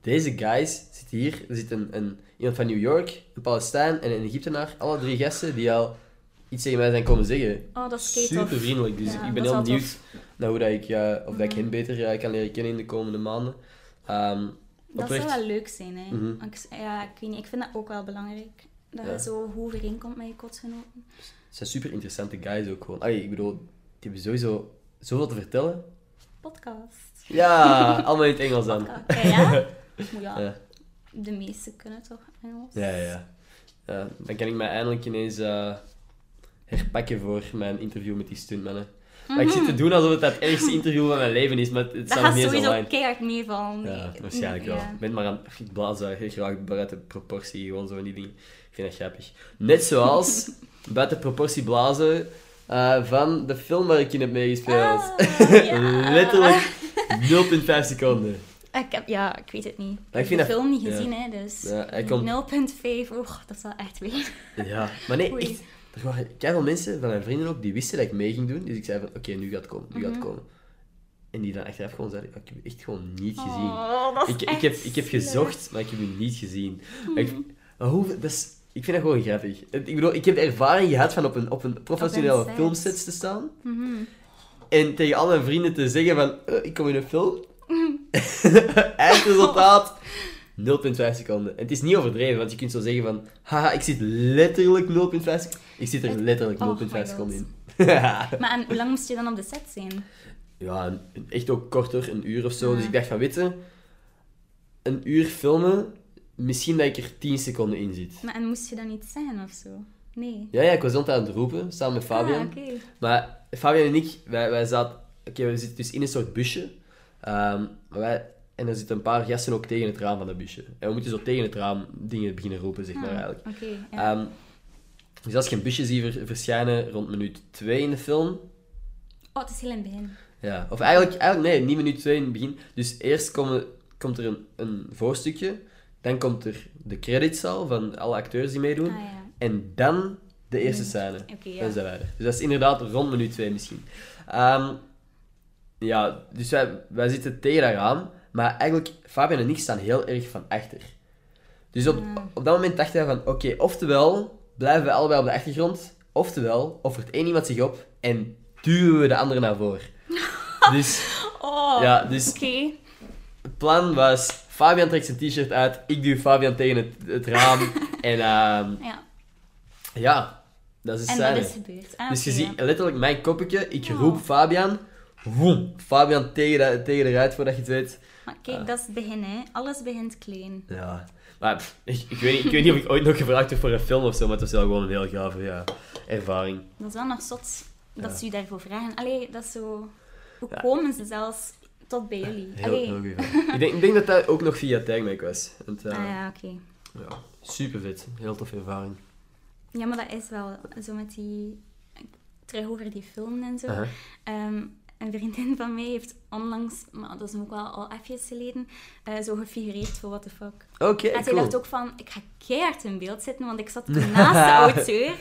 Speaker 1: Deze guys zitten hier. Er zit een, een, iemand van New York, een Palestijn en een Egyptenaar. Alle drie gasten die al iets tegen mij zijn komen zeggen.
Speaker 2: Oh, dat is kei tof.
Speaker 1: Super vriendelijk. Dus
Speaker 2: Ja,
Speaker 1: ik
Speaker 2: dat
Speaker 1: ben
Speaker 2: is
Speaker 1: heel
Speaker 2: wel
Speaker 1: benieuwd naar hoe dat ik, eh, of dat ik hen beter eh, kan leren kennen in de komende maanden. Ehm,
Speaker 2: Dat zou
Speaker 1: oprecht.
Speaker 2: wel leuk zijn, hè.
Speaker 1: Mhm.
Speaker 2: ik, ja, ik weet niet, ik vind dat ook wel belangrijk. Dat
Speaker 1: Ja.
Speaker 2: je zo goed overeenkomt met je kotgenoten.
Speaker 1: Het zijn super interessante guys ook gewoon. Allee, ik bedoel, die hebben sowieso zoveel te vertellen.
Speaker 2: Podcast. <laughs>
Speaker 1: Ja, allemaal in het Engels dan.
Speaker 2: Oké, ja? Maar ja,
Speaker 1: Ja.
Speaker 2: de meesten kunnen toch Engels?
Speaker 1: Ja, ja. ja dan kan ik mij eindelijk ineens eh, herpakken voor mijn interview met die stuntmannen. Maar ik zit te doen alsof het het ergste interview van mijn leven is, maar het
Speaker 2: Mhm. Dat
Speaker 1: staat nog
Speaker 2: gaat
Speaker 1: niet eens
Speaker 2: sowieso
Speaker 1: online.
Speaker 2: keihard meevallen. Nee.
Speaker 1: Ja, waarschijnlijk wel.
Speaker 2: Ja.
Speaker 1: Met maar aan, ik blaas dat heel graag buiten proportie, gewoon zo van die dingen. Ik vind dat grappig. Net
Speaker 2: <laughs>
Speaker 1: zoals buiten proportie blazen eh, van de film waar ik in heb meegespeeld.
Speaker 2: Ah, ja.
Speaker 1: <laughs> Letterlijk 0,5 seconden.
Speaker 2: Ik heb, ja, ik weet het niet. Ik
Speaker 1: vind
Speaker 2: heb de
Speaker 1: dat-
Speaker 2: film niet
Speaker 1: ja.
Speaker 2: gezien, hè, dus...
Speaker 1: Ja, hij komt-
Speaker 2: 0.5, oh, dat is wel echt weer.
Speaker 1: Ja, maar nee,
Speaker 2: Oei.
Speaker 1: echt, er waren keihard mensen van mijn vrienden ook die wisten dat ik mee ging doen. Dus ik zei van, oké, nu gaat het komen, nu
Speaker 2: Mhm.
Speaker 1: gaat het komen. En die dan achteraf gewoon zeiden, ik heb je echt gewoon niet gezien.
Speaker 2: Oh, dat is
Speaker 1: ik, ik,
Speaker 2: echt Hmm.
Speaker 1: heb, ik heb
Speaker 2: zielig.
Speaker 1: gezocht, maar ik heb u niet gezien. Maar ik, maar hoe, dat is, ik vind dat gewoon grappig. Het- Ik bedoel, ik heb de ervaring gehad van op een, op een professionele
Speaker 2: set.
Speaker 1: filmset te staan.
Speaker 2: Mhm.
Speaker 1: En tegen al mijn vrienden te zeggen van, eh, ik kom in een
Speaker 2: <laughs>
Speaker 1: film. Eindresultaat, 0,5 seconden. En het is niet overdreven, want je kunt zo zeggen van, haha, ik zit letterlijk 0,5 seconden. Ik zit er letterlijk
Speaker 2: Oh
Speaker 1: 0,5
Speaker 2: my
Speaker 1: seconden
Speaker 2: God.
Speaker 1: in. <laughs>
Speaker 2: Maar en hoe lang moest je dan op de set zijn?
Speaker 1: ja, een- echt ook korter, een uur of zo. Dus
Speaker 2: Ja.
Speaker 1: ik dacht van, weet je, een uur filmen, misschien dat ik er 10 seconden in zit.
Speaker 2: Maar en moest je dan iets zeggen of zo? Nee.
Speaker 1: Ja, ja, ik was altijd aan het roepen, samen met Fabian.
Speaker 2: Ah, oké.
Speaker 1: Maar Fabian en ik, wij, wij zaten... Oké, we zitten dus in een soort busje. Ehm, maar wij, en er zitten een paar gasten ook tegen het raam van dat busje. En we moeten zo tegen het raam dingen beginnen roepen, zeg maar eigenlijk.
Speaker 2: Ah, Oké, Hmm. ja.
Speaker 1: Ehm, dus als je een busje ziet ver- verschijnen rond minuut 2 in de film...
Speaker 2: Oh, het is heel in het begin.
Speaker 1: Ja, of eigenlijk, eigenlijk nee, niet minuut 2 in het begin. Dus eerst komen, komt er een, een voorstukje. Dan komt er de credits al van alle acteurs die meedoen.
Speaker 2: Ah ja.
Speaker 1: En dan de eerste
Speaker 2: Minuut.
Speaker 1: scène.
Speaker 2: Oké, ja.
Speaker 1: Dan zijn wij er. Dus dat is inderdaad rond minuut 2 misschien. Ehm, ja, dus wij, wij zitten tegen dat raam. Maar eigenlijk, Fabian en ik staan heel erg van achter. Dus op,
Speaker 2: Hmm.
Speaker 1: op dat moment dachten wij van, oké, oftewel blijven we allebei op de achtergrond. Oftewel offert één iemand zich op en duwen we de andere naar
Speaker 2: <laughs>
Speaker 1: voren. dus
Speaker 2: Oh,
Speaker 1: ja, dus
Speaker 2: oké.
Speaker 1: het plan was, Fabian trekt zijn t-shirt uit, ik duw Fabian tegen het, het raam.
Speaker 2: <laughs>
Speaker 1: en ehm,
Speaker 2: Ja.
Speaker 1: ja, dat is een
Speaker 2: En
Speaker 1: scène.
Speaker 2: dat is gebeurd. Ah,
Speaker 1: Dus je
Speaker 2: oké,
Speaker 1: ziet
Speaker 2: ja. Oh.
Speaker 1: letterlijk mijn koppetje, ik
Speaker 2: Ja.
Speaker 1: roep Fabian. Woem. Fabian tegen, de, tegen de ruit voordat je het weet.
Speaker 2: Maar kijk,
Speaker 1: Ah.
Speaker 2: dat is het begin, hè. Alles begint klein.
Speaker 1: Ja. Maar pff, ik, ik, weet niet, ik weet niet of ik ooit nog gevraagd heb voor een film of zo, maar het was wel gewoon een heel gave ja, ervaring.
Speaker 2: Dat is wel nog zot dat
Speaker 1: Ja.
Speaker 2: ze u daarvoor vragen. Allee, dat is zo... Hoe komen ze zelfs tot bij jullie?
Speaker 1: Heel,
Speaker 2: Allee.
Speaker 1: heel goed.
Speaker 2: <laughs>
Speaker 1: ik, denk, ik denk dat dat ook nog via Tagmac was. Want, eh,
Speaker 2: Ah ja, oké.
Speaker 1: ja, super vet. Heel toffe ervaring.
Speaker 2: Ja, maar dat is wel zo met die... Terug over die film en zo.
Speaker 1: Aha.
Speaker 2: Ehm, een vriendin van mij heeft onlangs, maar dat is ook wel al even geleden, eh, zo gefigureerd voor What the Fuck.
Speaker 1: Oké,
Speaker 2: en zij
Speaker 1: cool.
Speaker 2: dacht ook van, ik ga keihard in beeld zitten, want ik zat <laughs> naast de auteur,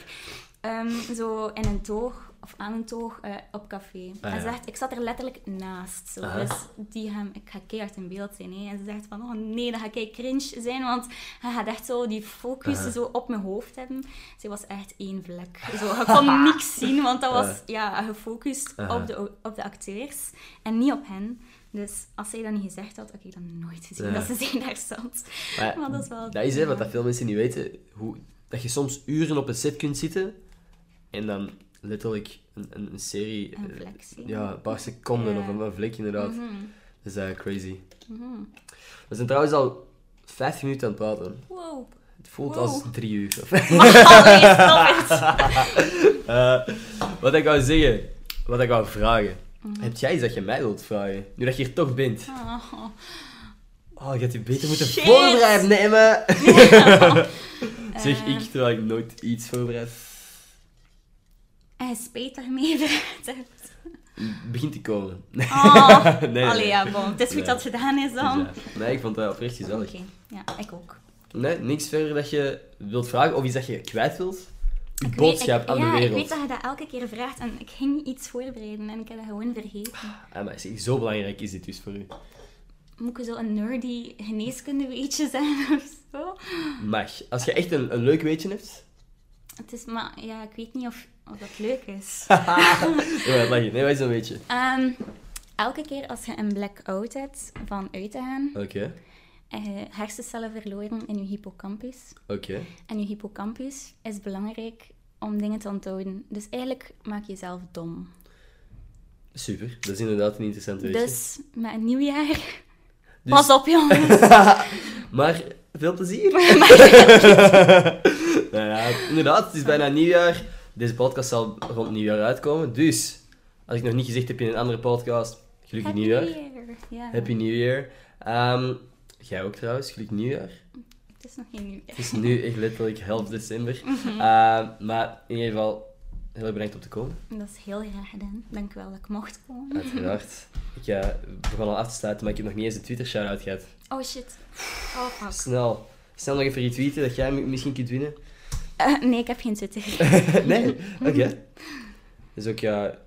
Speaker 2: ehm, zo in een toog, of aan een toog, eh, op café.
Speaker 1: Ah,
Speaker 2: en ze
Speaker 1: ja.
Speaker 2: dacht, ik zat er letterlijk naast. Zo.
Speaker 1: Aha.
Speaker 2: Dus die hem, ik ga keihard in beeld zijn. Hè. En ze dacht van, oh nee, dat ga ik cringe zijn, want hij gaat echt zo die focus
Speaker 1: Aha.
Speaker 2: zo op mijn hoofd hebben. Ze was echt één vlek. Zo, je
Speaker 1: <laughs>
Speaker 2: kon niks zien, want dat was
Speaker 1: Ja.
Speaker 2: ja, gefocust
Speaker 1: Aha.
Speaker 2: op, de, op de acteurs en niet op hen. Dus als zij dat niet gezegd had, had ik dat nooit gezien,
Speaker 1: Ja.
Speaker 2: dat ze zijn daar stond.
Speaker 1: Maar ja,
Speaker 2: Maar dat is wel...
Speaker 1: Eh. Dat is hè, wat dat veel mensen niet weten. Hoe, dat je soms uren op een set kunt zitten en dan letterlijk een, een, een serie...
Speaker 2: Een
Speaker 1: eh,
Speaker 2: vlek zien.
Speaker 1: Ja, een paar seconden
Speaker 2: Ja.
Speaker 1: of een, een vlek inderdaad.
Speaker 2: Mhm.
Speaker 1: Dat is eh, crazy.
Speaker 2: Mhm.
Speaker 1: We zijn trouwens al 50 minuten aan het praten. <laughs>
Speaker 2: Wow. <laughs>
Speaker 1: Het voelt
Speaker 2: Wow.
Speaker 1: als drie uur. <laughs>
Speaker 2: Allee, stop het.
Speaker 1: Eh, wat ik wou zeggen, wat ik wou vragen.
Speaker 2: Mm-hmm.
Speaker 1: Heb jij iets dat je mij wilt vragen? Nu dat je hier toch bent.
Speaker 2: Oh.
Speaker 1: Oh, je had je beter moeten
Speaker 2: Shit.
Speaker 1: voorbereiden,
Speaker 2: <laughs>
Speaker 1: nemen.
Speaker 2: Eh.
Speaker 1: zeg ik, terwijl ik nooit iets voorbereid.
Speaker 2: En je spijt <laughs> daarmee bereid hebt.
Speaker 1: Het begint te komen. <laughs>
Speaker 2: Oh.
Speaker 1: nee, nee,
Speaker 2: Allee,
Speaker 1: nee.
Speaker 2: ja, bon. Het is goed
Speaker 1: Nee.
Speaker 2: dat het gedaan is dan.
Speaker 1: Dus ja. Nee, ik vond dat oprecht
Speaker 2: Oké,
Speaker 1: gezellig.
Speaker 2: ja, ik ook.
Speaker 1: Nee, niks verder dat je wilt vragen of iets dat je kwijt wilt? Je
Speaker 2: Ik weet-
Speaker 1: boodschap
Speaker 2: ik-
Speaker 1: aan
Speaker 2: ja,
Speaker 1: de
Speaker 2: ik weet
Speaker 1: wereld.
Speaker 2: dat je dat elke keer vraagt en ik ging iets voorbereiden en ik heb dat gewoon vergeten.
Speaker 1: Ah, maar zeg, zo belangrijk is dit dus voor u.
Speaker 2: Moet ik zo een nerdy geneeskunde weetje zijn <laughs> of zo?
Speaker 1: Mag. Als je echt een, een leuk weetje hebt...
Speaker 2: Het is maar, ja, ik weet niet of, of dat leuk
Speaker 1: <laughs>
Speaker 2: is.
Speaker 1: Nee, maar lach je. Nee, wij zo'n weetje.
Speaker 2: Ehm, elke keer als je een blackout hebt van uit te gaan,
Speaker 1: Oké.
Speaker 2: en je hersencellen verloren in je hippocampus.
Speaker 1: Oké.
Speaker 2: En je hippocampus is belangrijk om dingen te onthouden. Dus eigenlijk maak je jezelf dom.
Speaker 1: Super. Dat is inderdaad een interessant weetje.
Speaker 2: Dus met een nieuw jaar,
Speaker 1: Dus-
Speaker 2: pas op
Speaker 1: <laughs>
Speaker 2: jongens.
Speaker 1: Maar veel plezier.
Speaker 2: <laughs>
Speaker 1: nou ja, inderdaad, het is bijna nieuwjaar. Deze podcast zal rond nieuwjaar uitkomen. Dus, ehm, Als ik nog niet gezegd heb in een andere podcast, gelukkig nieuwjaar.
Speaker 2: Year. Ja.
Speaker 1: Happy New Year. Ehm, jij ook trouwens, gelukkig nieuwjaar.
Speaker 2: Het is nog geen nieuwjaar. Mhm.
Speaker 1: Het is nu echt letterlijk half december. Ehm, maar in ieder geval, heel erg bedankt om te komen.
Speaker 2: Dat is heel graag gedaan. Dank u wel dat ik mocht komen.
Speaker 1: Uiteraard. Ik eh, begon al af te sluiten, maar ik heb nog niet eens een Twitter shout-out gehad.
Speaker 2: Oh shit. Oh fuck.
Speaker 1: Snel. Snel nog even retweeten dat jij mi- misschien kunt winnen.
Speaker 2: Eh, nee, ik heb geen Twitter.
Speaker 1: <laughs> nee? Oké. Dat is ook ja,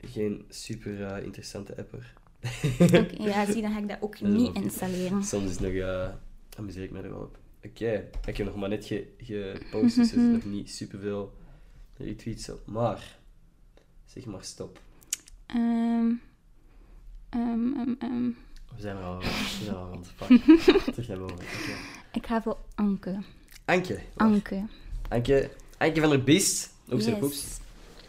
Speaker 1: geen super eh, interessante apper.
Speaker 2: Oké, ja, zie, dan ga ik dat ook
Speaker 1: Dat is
Speaker 2: niet
Speaker 1: wel-
Speaker 2: installeren.
Speaker 1: Soms is nog, eh amuseer ik me er wel op. Oké, ik heb nog maar net ge- gepost, dus er is nog niet superveel retweets op. Maar, zeg maar stop.
Speaker 2: Ehm ehm, ehm, ehm.
Speaker 1: We zijn er al, we zijn er al aan
Speaker 2: <laughs>
Speaker 1: het pakken. Terug naar boven. Oké.
Speaker 2: Ik ga voor Anke.
Speaker 1: Anke.
Speaker 2: Anke.
Speaker 1: Anke. Anke van der Beest. Ook zijn
Speaker 2: Yes.
Speaker 1: Oh, poeps.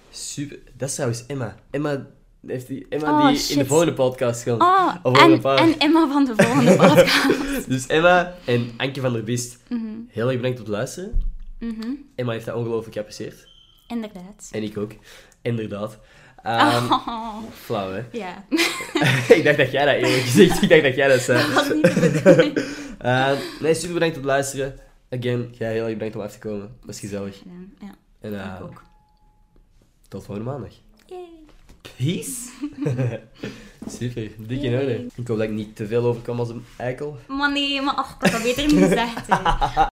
Speaker 1: Super. Dat is trouwens Emma. Emma heeft die, Emma
Speaker 2: Oh,
Speaker 1: die
Speaker 2: shit.
Speaker 1: in de volgende podcast komt.
Speaker 2: Oh,
Speaker 1: Of over een
Speaker 2: en,
Speaker 1: paar.
Speaker 2: en Emma van de
Speaker 1: <laughs>
Speaker 2: volgende podcast.
Speaker 1: Dus Emma en Anke van der Beest.
Speaker 2: Mhm,
Speaker 1: Heel erg bedankt om te luisteren.
Speaker 2: mhm.
Speaker 1: Emma heeft dat ongelooflijk geapprecieerd.
Speaker 2: Inderdaad.
Speaker 1: En ik ook. Inderdaad. Ehm,
Speaker 2: Oh,
Speaker 1: Flauw, hè?
Speaker 2: ja,
Speaker 1: <laughs> ik dacht dat jij dat eerlijk gezegd. Ik dacht dat jij dat zei.
Speaker 2: dat was niet de bedoeling.
Speaker 1: Ehm, nee, super bedankt om te luisteren. Again, jij heel erg bedankt om af te komen. Dat was gezellig.
Speaker 2: Ja,
Speaker 1: En
Speaker 2: ik
Speaker 1: eh,
Speaker 2: ook.
Speaker 1: tot volgende maandag.
Speaker 2: Yay.
Speaker 1: Peace. <laughs> Super, dik in orde. Ik hoop dat ik niet te veel overkom als een eikel.
Speaker 2: Maar nee, maar ach, ik had dat beter niet gezegd. hè.